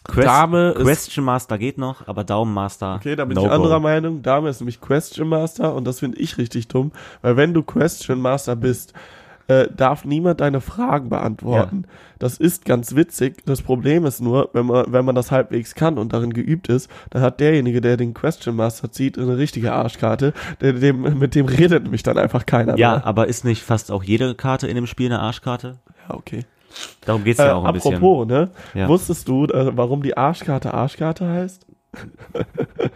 Quest, Dame ist- Question Master geht noch, aber Daumenmaster Okay, da bin no ich anderer go. Meinung. Dame ist nämlich Question Master und das finde ich richtig dumm, weil wenn du Question Master bist, äh, darf niemand deine Fragen beantworten. Das ist ganz witzig. Das Problem ist nur, wenn man, wenn man das halbwegs kann und darin geübt ist, dann hat derjenige, der den Question Master zieht, eine richtige Arschkarte. Der, dem, mit dem redet nämlich dann einfach keiner Ja, mehr. aber ist nicht fast auch jede Karte in dem Spiel eine Arschkarte? Ja, okay. Darum geht's Äh, ja auch ein apropos, ne? Ja. Wusstest du, äh, warum die Arschkarte Arschkarte heißt? bisschen.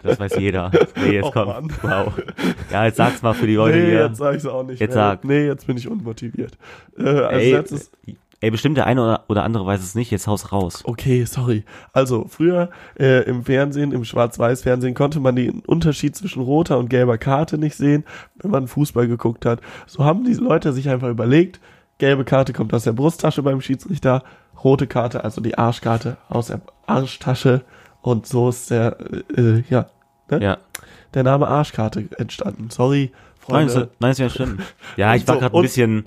Das weiß jeder. Nee, jetzt Oh, kommt. Mann. Wow. Ja, jetzt sag's mal für die Leute nee, hier. jetzt sag ich's auch nicht. Jetzt mehr. sag. Nee, jetzt bin ich unmotiviert. Äh, als Ey, äh, letztes ey, bestimmt der eine oder, oder andere weiß es nicht, jetzt haus raus. Okay, sorry. Also früher äh, im Fernsehen, im Schwarz-Weiß-Fernsehen konnte man den Unterschied zwischen roter und gelber Karte nicht sehen, wenn man Fußball geguckt hat. So haben die Leute sich einfach überlegt, gelbe Karte kommt aus der Brusttasche beim Schiedsrichter, rote Karte, also die Arschkarte aus der Arschtasche und so ist der, äh, ja, ne? Ja. der Name Arschkarte entstanden. Sorry, Nein, ist, Freunde. nein, ist ja schlimm. Ja, ich war so, gerade und- ein bisschen,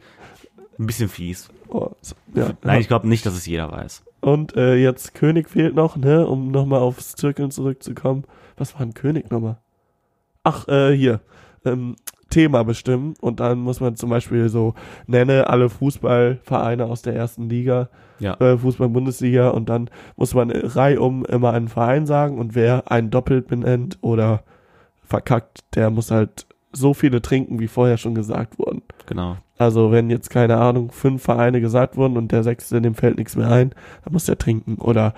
ein bisschen fies. Oh, so, ja. Nein, ich glaube nicht, dass es jeder weiß. Und äh, jetzt König fehlt noch, ne? Um nochmal aufs Zirkeln zurückzukommen. Was war ein König nochmal? Ach, äh, hier. Ähm, Thema bestimmen. Und dann muss man zum Beispiel so nenne alle Fußballvereine aus der ersten Liga, Ja. äh, Fußball-Bundesliga. Und dann muss man äh, reihum immer einen Verein sagen. Und wer einen doppelt benennt oder verkackt, der muss halt so viele trinken, wie vorher schon gesagt wurden. Genau. Also wenn jetzt keine Ahnung, fünf Vereine gesagt wurden und der sechste, dem fällt nichts mehr ein, dann muss der trinken oder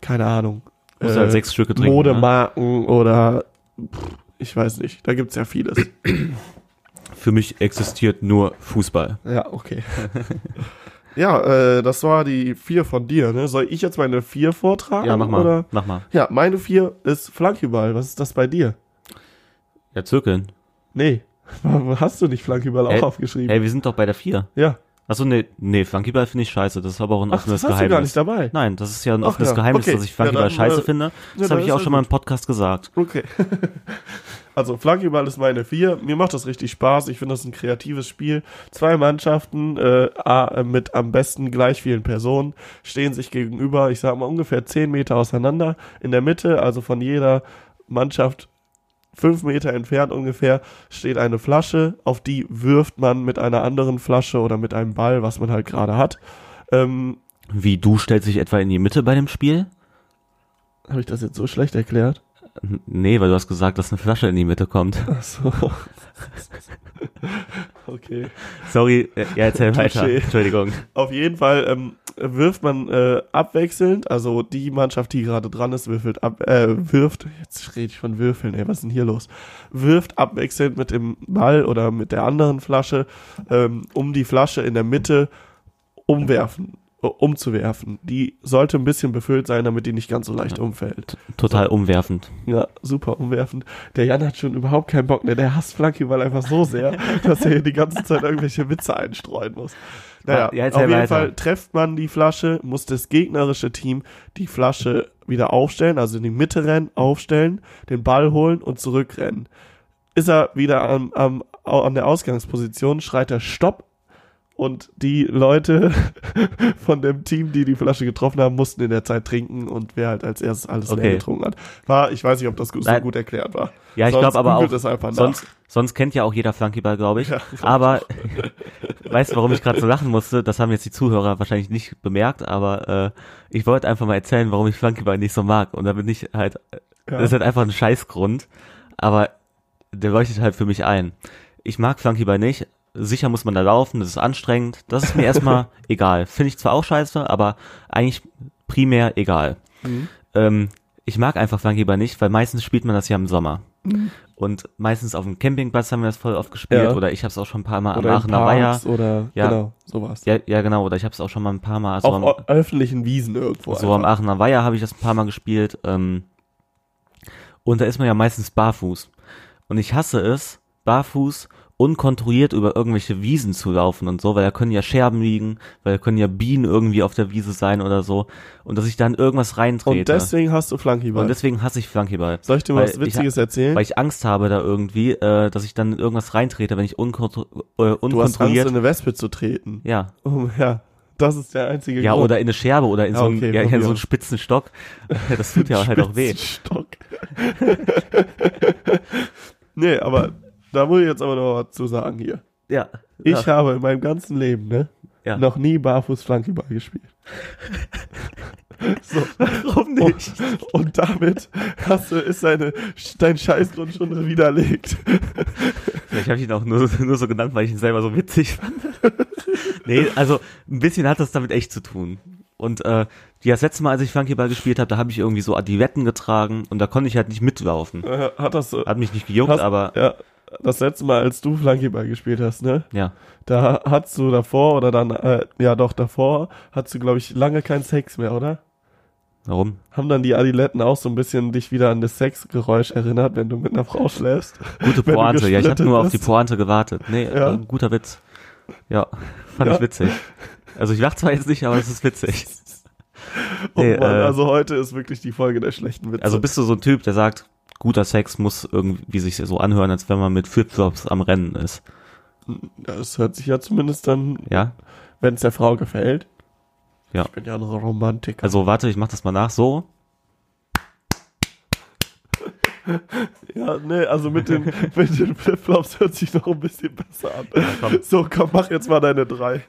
keine Ahnung. äh, Muss halt sechs Stücke trinken. ne? Modemarken oder pff, ich weiß nicht, da gibt's ja vieles. Für mich existiert nur Fußball. ja, okay. ja, äh, das war die vier von dir, ne? Soll ich jetzt meine vier vortragen? Ja, mach mal. Oder? Mach mal. Ja, meine vier ist Flankyball. Was ist das bei dir? Ja, zirkeln. Nee. Hast du nicht Flankyball auch Ey, aufgeschrieben? Ey, wir sind doch bei der vier. ja. Achso, nee, nee, Flankyball finde ich scheiße. Das ist aber auch ein Ach, offenes das hast du Geheimnis. gar nicht dabei. Nein, das ist ja ein Ach offenes ja, Geheimnis, okay. dass ich Ja, Flankyball dann, scheiße äh, finde. Das dann habe ich ist auch ja schon mal im Podcast gesagt. Okay. Also Flankyball ist meine vier. Mir macht das richtig Spaß. Ich finde das ein kreatives Spiel. Zwei Mannschaften äh, a- mit am besten gleich vielen Personen stehen sich gegenüber. Ich sage mal ungefähr zehn Meter auseinander. In der Mitte, also von jeder Mannschaft fünf Meter entfernt ungefähr, steht eine Flasche. Auf die wirft man mit einer anderen Flasche oder mit einem Ball, was man halt gerade hat. Ähm, Wie, du stellst dich etwa in die Mitte bei dem Spiel? Habe ich das jetzt so schlecht erklärt? N- Nee, weil du hast gesagt, dass eine Flasche in die Mitte kommt. Ach so. Okay. Sorry, äh, ja, erzähl weiter. Touché. Entschuldigung. Auf jeden Fall ähm, wirft man äh, abwechselnd, also die Mannschaft, die gerade dran ist, würfelt ab, äh, wirft, jetzt rede ich von Würfeln, ey, was ist denn hier los? Wirft abwechselnd mit dem Ball oder mit der anderen Flasche ähm, um die Flasche in der Mitte umwerfen, äh, umzuwerfen. Die sollte ein bisschen befüllt sein, damit die nicht ganz so leicht umfällt. Total umwerfend. Ja, super umwerfend. Der Jan hat schon überhaupt keinen Bock mehr. Der hasst Flankyball einfach so sehr, dass er hier die ganze Zeit irgendwelche Witze einstreuen muss. Naja, Ja, auf erzähl jeden weiter. Fall trefft man die Flasche, muss das gegnerische Team die Flasche wieder aufstellen, also in die Mitte rennen, aufstellen, den Ball holen und zurückrennen. Ist er wieder am, am, an der Ausgangsposition, schreit er Stopp und die Leute von dem Team, die die Flasche getroffen haben, mussten in der Zeit trinken und wer halt als erstes alles leer Okay. getrunken hat. War, ich weiß nicht, ob das so Nein. gut erklärt war. Ja, ich Sonst glaube aber googelt auch, es einfach nach. sonst, sonst kennt ja auch jeder Flunkyball, glaube ich. aber, weißt du, warum ich gerade so lachen musste? Das haben jetzt die Zuhörer wahrscheinlich nicht bemerkt, aber äh, ich wollte einfach mal erzählen, warum ich Flunkyball nicht so mag. Und damit nicht halt, Ja. das ist halt einfach ein Scheißgrund, aber der leuchtet halt für mich ein. Ich mag Flunkyball nicht. Sicher muss man da laufen, das ist anstrengend. Das ist mir erstmal egal. Finde ich zwar auch scheiße, aber eigentlich primär egal. Mhm. Ähm, ich mag einfach Flankgeber nicht, weil meistens spielt man das ja im Sommer. Und meistens auf dem Campingplatz haben wir das voll oft gespielt Mhm. Ja. oder ich habe es auch schon ein paar Mal Oder am in Aachener Weiher. Parks oder Ja. genau, sowas. Ja, ja, genau, oder ich habe es auch schon mal ein paar Mal so Auf am, o- öffentlichen Wiesen irgendwo. so am einfach. Aachener Weiher habe ich das ein paar Mal gespielt. Ähm, und da ist man ja meistens barfuß. Und ich hasse es, barfuß unkontrolliert über irgendwelche Wiesen zu laufen und so, weil da können ja Scherben liegen, weil da können ja Bienen irgendwie auf der Wiese sein oder so. Und dass ich dann irgendwas reintrete. Und deswegen hast du Flankyball. ne? Und deswegen hasse ich Flankyball. Soll ich dir mal Weil was Witziges erzählen? Weil ich Angst habe da irgendwie, äh, dass ich dann irgendwas reintrete, wenn ich unkontro äh, du hast Angst, in unkontrolliert. eine Wespe zu treten. Ja. Oh, ja, das ist der einzige Ja, Grund. oder in eine Scherbe oder in Ja, so einen, okay, ja, von in mir so einen aus. spitzen Stock. Das tut ja halt auch weh. Stock. nee, aber da muss ich jetzt aber noch was zu sagen hier. Ja. Ich ja. habe in meinem ganzen Leben, ne? Ja. Noch nie barfuß Flankyball gespielt. so. Warum nicht? Und, und damit hast du, ist deine, dein Scheißgrund schon widerlegt. Vielleicht habe ich ihn auch nur, so- nur so genannt, weil ich ihn selber so witzig fand. nee, also ein bisschen hat das damit echt zu tun. Und äh, ja, das letzte Mal, als ich Flankyball gespielt habe, da habe ich irgendwie so Adiletten getragen und da konnte ich halt nicht mitlaufen. Äh, Hat das, so- Hat mich nicht gejuckt, hast, aber ja, das letzte Mal, als du Flankyball gespielt hast, ne? ja. Da hattest du davor oder dann, äh, ja doch, davor hattest du, glaube ich, lange keinen Sex mehr, oder? Warum? Haben dann die Adiletten auch so ein bisschen dich wieder an das Sexgeräusch erinnert, wenn du mit einer Frau schläfst? Gute Wenn du Pointe, ja, ich habe gesplittet nur auf die bist. Pointe gewartet. Nee, Ja. äh, guter Witz. Ja, fand Ja. ich witzig. Also ich lach zwar jetzt nicht, aber es ist witzig. Oh Nee, Mann, äh, also heute ist wirklich die Folge der schlechten Witze. Also bist du so ein Typ, der sagt, guter Sex muss irgendwie sich so anhören, als wenn man mit Flipflops am Rennen ist. das hört sich ja zumindest dann, Ja? wenn es der Frau gefällt. Ja. Ich bin ja ein Romantiker. Also warte, ich mach das mal nach. So. Ja, nee, also mit den, mit den Flipflops hört sich noch ein bisschen besser an. komm. So, komm, mach jetzt mal deine drei.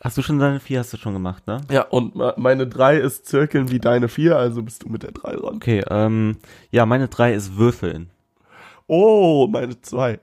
Hast du schon deine vier hast du schon gemacht, ne? Ja, und ma- meine drei ist Zirkeln wie deine vier, also bist du mit der drei dran. Okay, ähm, ja, meine drei ist Würfeln. Oh, meine zwei.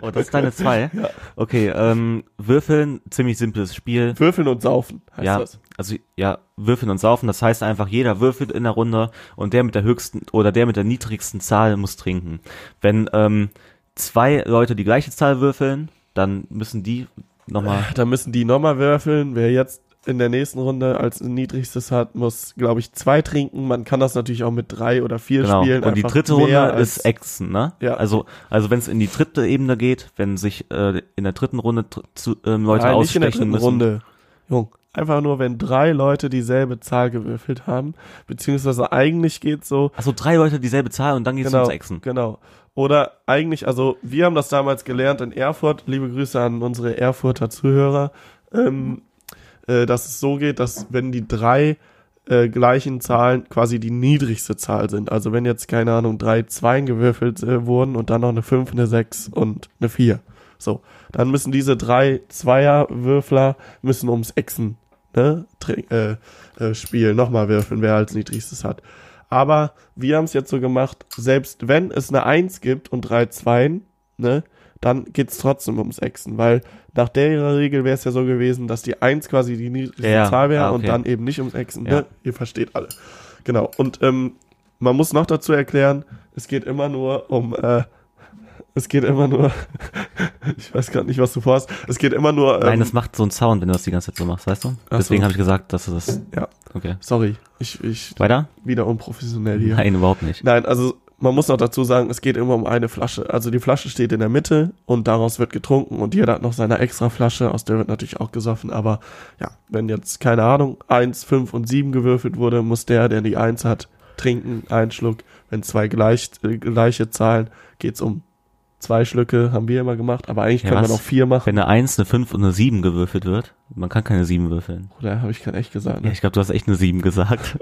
Oh, das ist deine zwei? Okay, ähm, Würfeln, ziemlich simples Spiel. Würfeln und Saufen heißt ja, das. also ja, würfeln und saufen, das heißt einfach, jeder würfelt in der Runde und der mit der höchsten oder der mit der niedrigsten Zahl muss trinken. Wenn ähm, zwei Leute die gleiche Zahl würfeln, dann müssen die nochmal. Da müssen die nochmal würfeln. Wer jetzt in der nächsten Runde als niedrigstes hat, muss, glaube ich, zwei trinken. Man kann das natürlich auch mit drei oder vier Genau. spielen. und die einfach dritte mehr Runde als- ist Echsen, ne? Ja. Also, also wenn es in die dritte Ebene geht, wenn sich äh, in der dritten Runde dr- zu, ähm, Leute Nein, nicht ausstechen in der dritten müssen. Runde. Jung. Einfach nur, wenn drei Leute dieselbe Zahl gewürfelt haben, beziehungsweise eigentlich geht's so, Achso, drei Leute dieselbe Zahl und dann geht's genau, ums Echsen. genau. Oder eigentlich, also wir haben das damals gelernt in Erfurt, liebe Grüße an unsere Erfurter Zuhörer, ähm, äh, dass es so geht, dass wenn die drei äh, gleichen Zahlen quasi die niedrigste Zahl sind, also wenn jetzt, keine Ahnung, drei Zweien gewürfelt äh, wurden und dann noch eine Fünf, eine Sechs und eine Vier, so, dann müssen diese drei Zweierwürfler müssen ums Echsen ne, trink- äh, äh, Spiel nochmal würfeln, wer als niedrigstes hat. Aber wir haben es jetzt so gemacht, selbst wenn es eine Eins gibt und drei Zweien, ne, dann geht's trotzdem ums Exen, weil nach der Regel wäre es ja so gewesen, dass die 1 quasi die niedrigste Ja, Zahl wäre ah, und okay. dann eben nicht ums Exen. Ja. Ne? Ihr versteht alle. Genau. Und ähm, man muss noch dazu erklären, es geht immer nur um, äh, es geht immer nur, ich weiß gerade nicht, was du vorhast, es geht immer nur, ähm, Nein, das macht so einen Sound, wenn du das die ganze Zeit so machst, weißt du? so. Deswegen habe ich gesagt, dass du das. Ja. Okay. sorry, ich, ich, Weiter? wieder unprofessionell hier. Nein, überhaupt nicht. Nein, also man muss noch dazu sagen, es geht immer um eine Flasche. Also die Flasche steht in der Mitte und daraus wird getrunken und jeder hat noch seine extra Flasche, aus der wird natürlich auch gesoffen, aber ja, wenn jetzt, keine Ahnung, 1, 5 und 7 gewürfelt wurde, muss der, der die 1 hat, trinken, einen Schluck. Wenn zwei gleich, äh, gleiche Zahlen, geht's um zwei Schlücke, haben wir immer gemacht, aber eigentlich Ja, können was? wir noch vier machen. Wenn eine 1, eine 5 und eine 7 gewürfelt wird, man kann keine 7 würfeln. Oder habe ich gerade echt gesagt, Ja, ne? ich glaube, du hast echt eine 7 gesagt.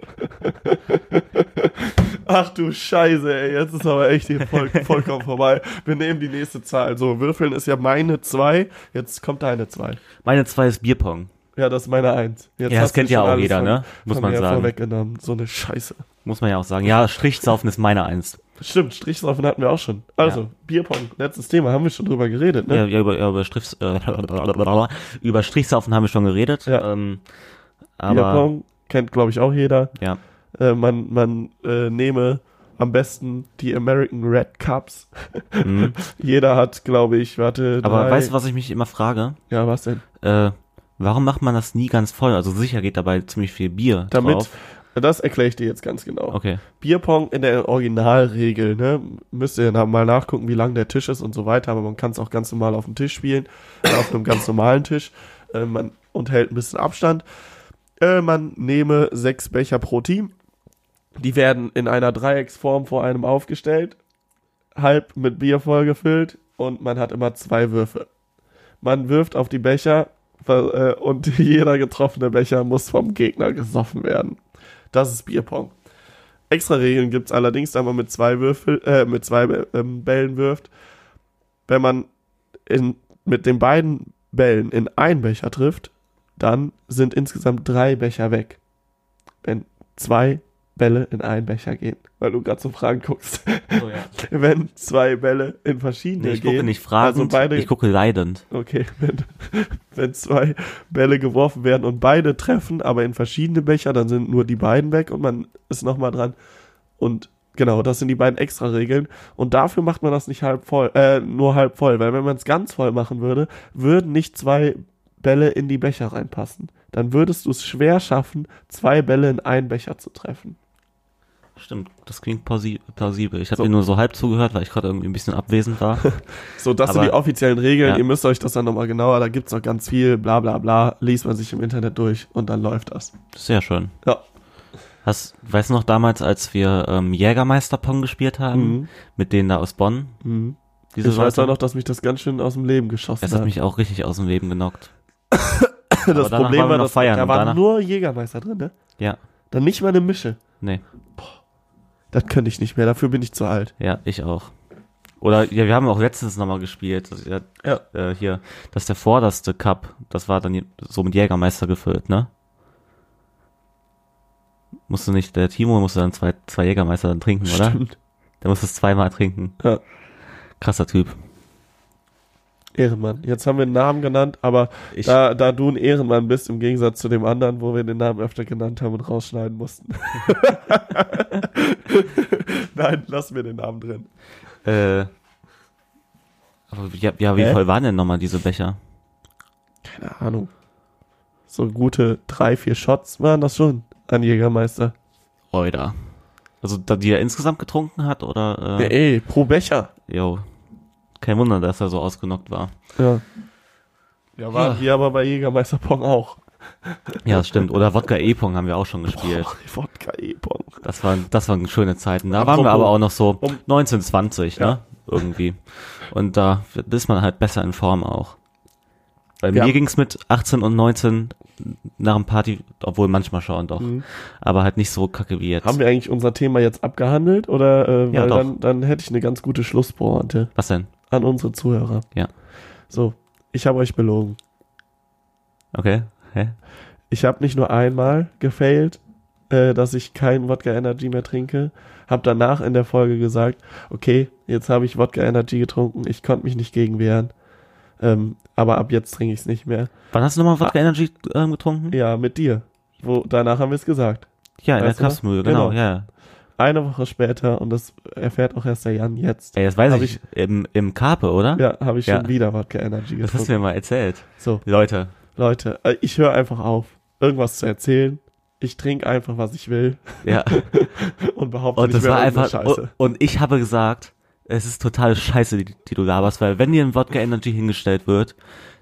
Ach du Scheiße, ey, jetzt ist aber echt hier voll, vollkommen vorbei. Wir nehmen die nächste Zahl. So, würfeln ist ja meine 2, jetzt kommt deine 2. Meine 2 ist Bierpong. Ja, das ist meine 1. Ja, das kennt ja auch jeder, ne? Muss man sagen. Vorweggenommen. So eine Scheiße. Muss man ja auch sagen. Ja, Strichsaufen ist meine 1. Stimmt, Strichsaufen hatten wir auch schon. Also, Ja. Bierpong, letztes Thema, haben wir schon drüber geredet, Ja, ne? ja, über, ja, über, Strichs, äh, über Strichsaufen haben wir schon geredet. Ja. Ähm, aber, Bierpong kennt, glaube ich, auch jeder. ja. Äh, man man äh, nehme am besten die American Red Cups. Mhm. Jeder hat, glaube ich, warte, Aber drei, weißt du, was ich mich immer frage? Ja, was denn? Äh, warum macht man das nie ganz voll? Also sicher geht dabei ziemlich viel Bier Damit, drauf. das erkläre ich dir jetzt ganz genau. Okay. Bierpong in der Originalregel, ne? Müsst ihr dann mal nachgucken, wie lang der Tisch ist und so weiter, aber man kann es auch ganz normal auf dem Tisch spielen, äh, auf einem ganz normalen Tisch. Äh, man, und hält ein bisschen Abstand. Äh, man nehme sechs Becher pro Team. Die werden in einer Dreiecksform vor einem aufgestellt, halb mit Bier vollgefüllt und man hat immer zwei Würfe. Man wirft auf die Becher äh, und jeder getroffene Becher muss vom Gegner gesoffen werden. Das ist Bierpong. Extra Regeln gibt es allerdings, da man mit zwei Würfel, äh, mit zwei ähm, Bällen wirft. Wenn man in, mit den beiden Bällen in einen Becher trifft, dann sind insgesamt drei Becher weg. Wenn zwei Bälle in einen Becher gehen, weil du gerade so Fragen guckst. Oh, ja. Wenn zwei Bälle in verschiedene Nee, ich gehen, gucke nicht fragend, also beide ich gucke leidend. Okay, wenn, wenn zwei Bälle geworfen werden und beide treffen, aber in verschiedene Becher, dann sind nur die beiden weg und man ist nochmal dran. Und genau, das sind die beiden Extra-Regeln. Und dafür macht man das nicht halb voll, äh, nur halb voll, weil wenn man es ganz voll machen würde, würden nicht zwei Bälle in die Becher reinpassen. Dann würdest du es schwer schaffen, zwei Bälle in einen Becher zu treffen. Stimmt, das klingt pausi- plausibel. Ich habe So. dir nur so halb zugehört, weil ich gerade irgendwie ein bisschen abwesend war. So, das sind Aber- die offiziellen Regeln. Ja. Ihr müsst euch das dann nochmal genauer, da gibt's noch ganz viel, bla bla bla. Liest man sich im Internet durch und dann läuft das. Sehr schön. Ja. Hast, weißt du noch damals, als wir ähm, Jägermeister-Pong gespielt haben, Mhm. mit denen da aus Bonn? Mhm. Diese ich weiß Leute? auch noch, dass mich das ganz schön aus dem Leben geschossen Es hat. hat mich auch richtig aus dem Leben genockt. das danach waren wir noch dass feiern da und war danach- nur Jägermeister drin, ne? Ja, Dann nicht mal eine Mische. nee, Das könnte ich nicht mehr, dafür bin ich zu alt. ja, ich auch. Oder ja, wir haben auch letztens nochmal gespielt. Das, ja, Ja. Äh, hier, das ist der vorderste Cup. Das war dann so mit Jägermeister gefüllt, ne? Musste nicht, der Timo musste dann zwei, zwei Jägermeister dann trinken, oder? Stimmt. Der musste es zweimal trinken. Ja. Krasser Typ. Ehrenmann. Jetzt haben wir den Namen genannt, aber Ich- da, da du ein Ehrenmann bist, im Gegensatz zu dem anderen, wo wir den Namen öfter genannt haben und rausschneiden mussten. Nein, lass mir den Namen drin. Äh, aber ja, ja wie Hä? voll waren denn nochmal diese Becher? Keine Ahnung. So gute drei, vier Shots waren das schon an Jägermeister. Oida. Also, da die er insgesamt getrunken hat, oder? Ja, eh. Äh, ey, pro Becher. jo. Kein Wunder, dass er so ausgenockt war. Ja. Ja, waren Ja. wir aber bei Jägermeister Pong auch. Ja, das stimmt. Oder Wodka E-Pong haben wir auch schon gespielt. Boah, Wodka E-Pong. Das waren, das waren schöne Zeiten. Da Apropos- waren wir aber auch noch so um- 19, 20, Ja. ne? Irgendwie. Und da ist man halt besser in Form auch. Bei Ja. mir ging's mit 18 und 19 nach dem Party, obwohl manchmal schon doch. Aber halt nicht so kacke wie jetzt. Mhm. Haben wir eigentlich unser Thema jetzt abgehandelt? Oder äh, Ja, weil doch. dann, dann hätte ich eine ganz gute Schlusspointe Was denn? an unsere Zuhörer. Ja. So, ich habe euch belogen. Okay. Hä? Ich habe nicht nur einmal gefailt, äh, dass ich keinen Wodka Energy mehr trinke. Hab danach in der Folge gesagt, okay, Jetzt habe ich Wodka Energy getrunken. Ich konnte mich nicht gegen wehren. Ähm, aber ab jetzt trinke ich es nicht mehr. Wann hast du nochmal Wodka Energy ähm, getrunken? Ah. Ja, mit dir. Wo, danach haben wir es gesagt. Ja, in der Weißt du noch? Kapsmühle, genau, Genau. ja, ja. Eine Woche später, und das erfährt auch erst der Jan jetzt. Ey, das weiß Hab ich, im, im Karpe, oder? Ja, habe ich schon Ja. wieder Wodka Energy Das hast du getrunken. mir mal erzählt. So, Leute, Leute, äh, ich höre einfach auf, irgendwas zu erzählen. Ich trinke einfach, was ich will ja. und behaupte Und Oh, das mehr war einfach, oh, Scheiße. und ich habe gesagt, es ist totale Scheiße, die, die du laberst, weil wenn dir ein Wodka Energy hingestellt wird,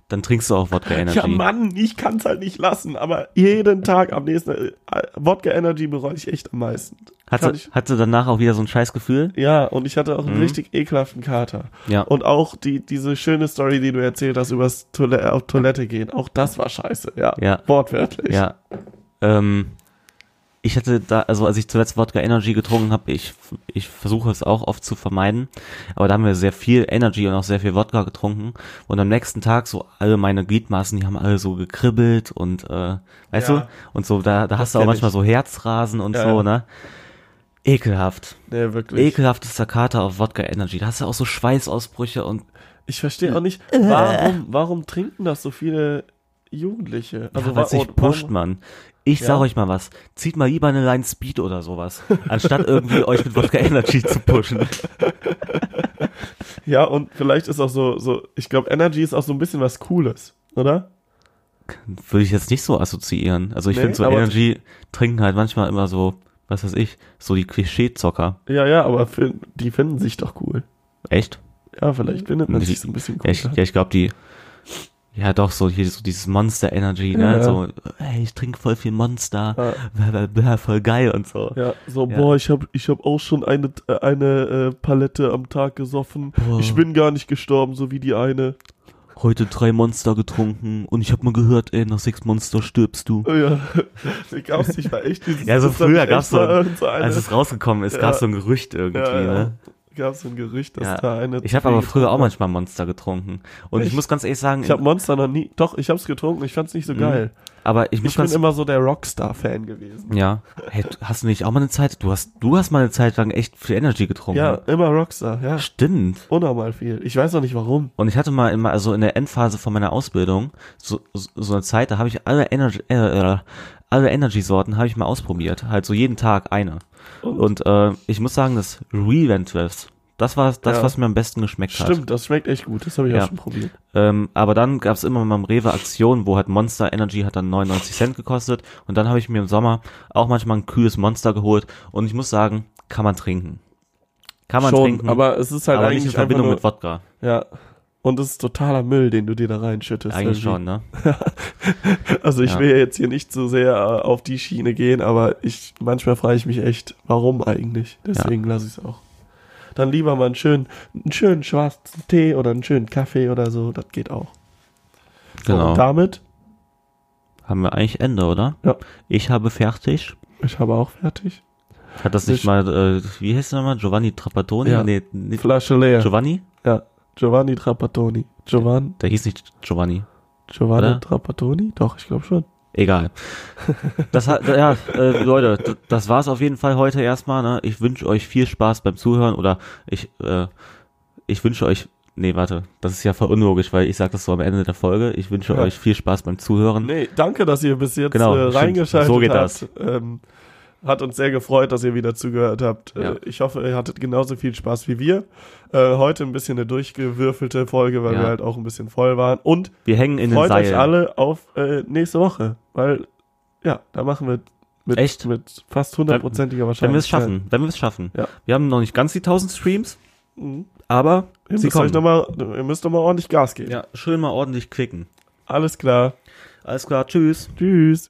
dann trinkst du auch Wodka Energy. Ja, Mann, ich kann es halt nicht lassen, aber jeden Tag am nächsten äh, Wodka Energy bereue ich echt am meisten. Hat Kann sie, hat sie danach auch wieder so ein Scheißgefühl? Ja, und ich hatte auch einen richtig ekelhaften Kater. Ja. Und auch die, diese schöne Story, die du erzählt hast, übers Toilette, auf Toilette gehen, auch das war scheiße. Ja. Ja. Wortwörtlich. Ja. Ähm, ich hatte da, also als ich zuletzt Wodka Energy getrunken habe, ich, ich versuche es auch oft zu vermeiden, aber da haben wir sehr viel Energy und auch sehr viel Wodka getrunken und am nächsten Tag so alle meine Gliedmaßen, die haben alle so gekribbelt und äh, weißt Ja. du, und so, da, da hast du auch kenn manchmal ich. so Herzrasen und Ja, so, ja. ne? Ekelhaft. Nee, wirklich. Ekelhaftester Kater auf Wodka Energy. Da hast du auch so Schweißausbrüche und Ich verstehe auch Äh. nicht, warum, warum trinken das so viele Jugendliche? Also ja, wa- was sich und pusht, warum- Mann. Ich sag Ja. euch mal was. Zieht mal lieber eine Line Speed oder sowas, anstatt irgendwie euch mit Wodka Energy zu pushen. Ja, und vielleicht ist auch so, so ich glaube, Energy ist auch so ein bisschen was Cooles, oder? Würde ich jetzt nicht so assoziieren. Also ich Nee, finde so aber- Energy trinken halt manchmal immer so, was weiß ich, so die Klischee-Zocker. Ja, ja, aber für, die finden sich doch cool. Echt? Ja, vielleicht findet man Mhm. Die- sich so ein bisschen Ja, cool. ich, ja, ich glaube die. Ja, doch, so hier so dieses Monster Energy, ne? Ja. So, ey, ich trinke voll viel Monster, Ja. bla, bla, bla, voll geil und so. Ja, so, Ja. boah, ich hab, ich hab auch schon eine, äh, eine äh, Palette am Tag gesoffen. Ich bin gar nicht gestorben, so wie die eine. Heute drei Monster getrunken und ich habe mal gehört, ey, nach sechs Monster stirbst du. Oh, ja, die gab's nicht, war echt dieses, Ja, so das hab früher ich gab's echt so, mal irgend eine. als es rausgekommen ist, Ja. gab's so ein Gerücht irgendwie, ja, ja. ne? Gab's so ein Gerücht, dass Ja. da eine. Ich habe aber früher auch manchmal Monster getrunken. Und ich Echt? muss ganz ehrlich sagen, mhm. Ich hab Monster noch nie. Doch, ich hab's getrunken, ich fand's nicht so geil. aber ich muss Ich bin ganz, immer so der Rockstar-Fan gewesen. ja, hey, du- hast du nicht auch mal eine Zeit, du hast, du hast mal eine Zeit lang echt viel Energy getrunken. Ja, immer Rockstar, ja. Stimmt. Unnormal viel. Ich weiß noch nicht warum. Und ich hatte mal immer, also in der Endphase von meiner Ausbildung, so, so, so eine Zeit, da habe ich alle Energy, äh, äh, alle Energy-Sorten habe ich mal ausprobiert. Halt so jeden Tag eine. Und, äh, ich muss sagen, das Reventures, das war das, Ja. was mir am besten geschmeckt hat. Stimmt, das schmeckt echt gut. Das habe ich Ja. auch schon probiert. Ähm, aber dann gab's immer mal im Rewe Aktionen, wo halt Monster Energy hat dann 99 Cent gekostet. Und dann habe ich mir im Sommer auch manchmal ein kühles Monster geholt. Und ich muss sagen, kann man trinken. Kann man schon, trinken, aber es ist halt aber eigentlich nicht in einfach Verbindung nur, mit Wodka. Ja. Und das ist totaler Müll, den du dir da reinschüttest. Eigentlich schon, irgendwie. ne? Also ich Ja. will ja jetzt hier nicht so sehr äh, auf die Schiene gehen, aber ich manchmal frage ich mich echt, warum eigentlich? Deswegen lasse ich es auch. Dann lieber mal einen schönen, einen schönen schwarzen Tee oder einen schönen Kaffee oder so, das geht auch. So, Genau. und damit, Haben wir eigentlich Ende, oder? Ja. Ich habe fertig. ich habe auch fertig. Hat das nicht Ich- mal, äh, wie heißt der nochmal? Giovanni Trapattoni? Ja. Nee, nicht Flasche leer. Giovanni? ja. Giovanni Trapattoni. Giovanni, Der hieß nicht Giovanni. Giovanni Oder? Trapattoni? Doch, ich glaube schon. Egal. Das hat, ja, äh, Leute, d- das war's auf jeden Fall heute erstmal. Ne? Ich wünsche euch viel Spaß beim Zuhören oder ich, äh, ich wünsche euch, nee, warte, das ist ja voll unlogisch, weil ich sage das so am Ende der Folge. Ich wünsche Ja. euch viel Spaß beim Zuhören. Nee, danke, dass ihr bis jetzt Genau, äh, stimmt. reingeschaltet So geht habt. das. Ähm, hat uns sehr gefreut, dass ihr wieder zugehört habt. Äh, Ja. Ich hoffe, ihr hattet genauso viel Spaß wie wir. Äh, heute ein bisschen eine durchgewürfelte Folge, weil Ja. wir halt auch ein bisschen voll waren. Und Wir hängen in den freut Seilen. euch alle auf äh, nächste Woche, weil ja, da machen wir mit, Echt? mit fast hundertprozentiger Wahrscheinlichkeit. wenn wir es schaffen, wenn wir es schaffen. Ja. Wir haben noch nicht ganz die 1000 Streams, Mhm. aber Ihr sie müsst, kommen. euch noch mal, ihr müsst noch mal ordentlich Gas geben. ja, schön mal ordentlich klicken. Alles klar. Alles klar, tschüss. Tschüss.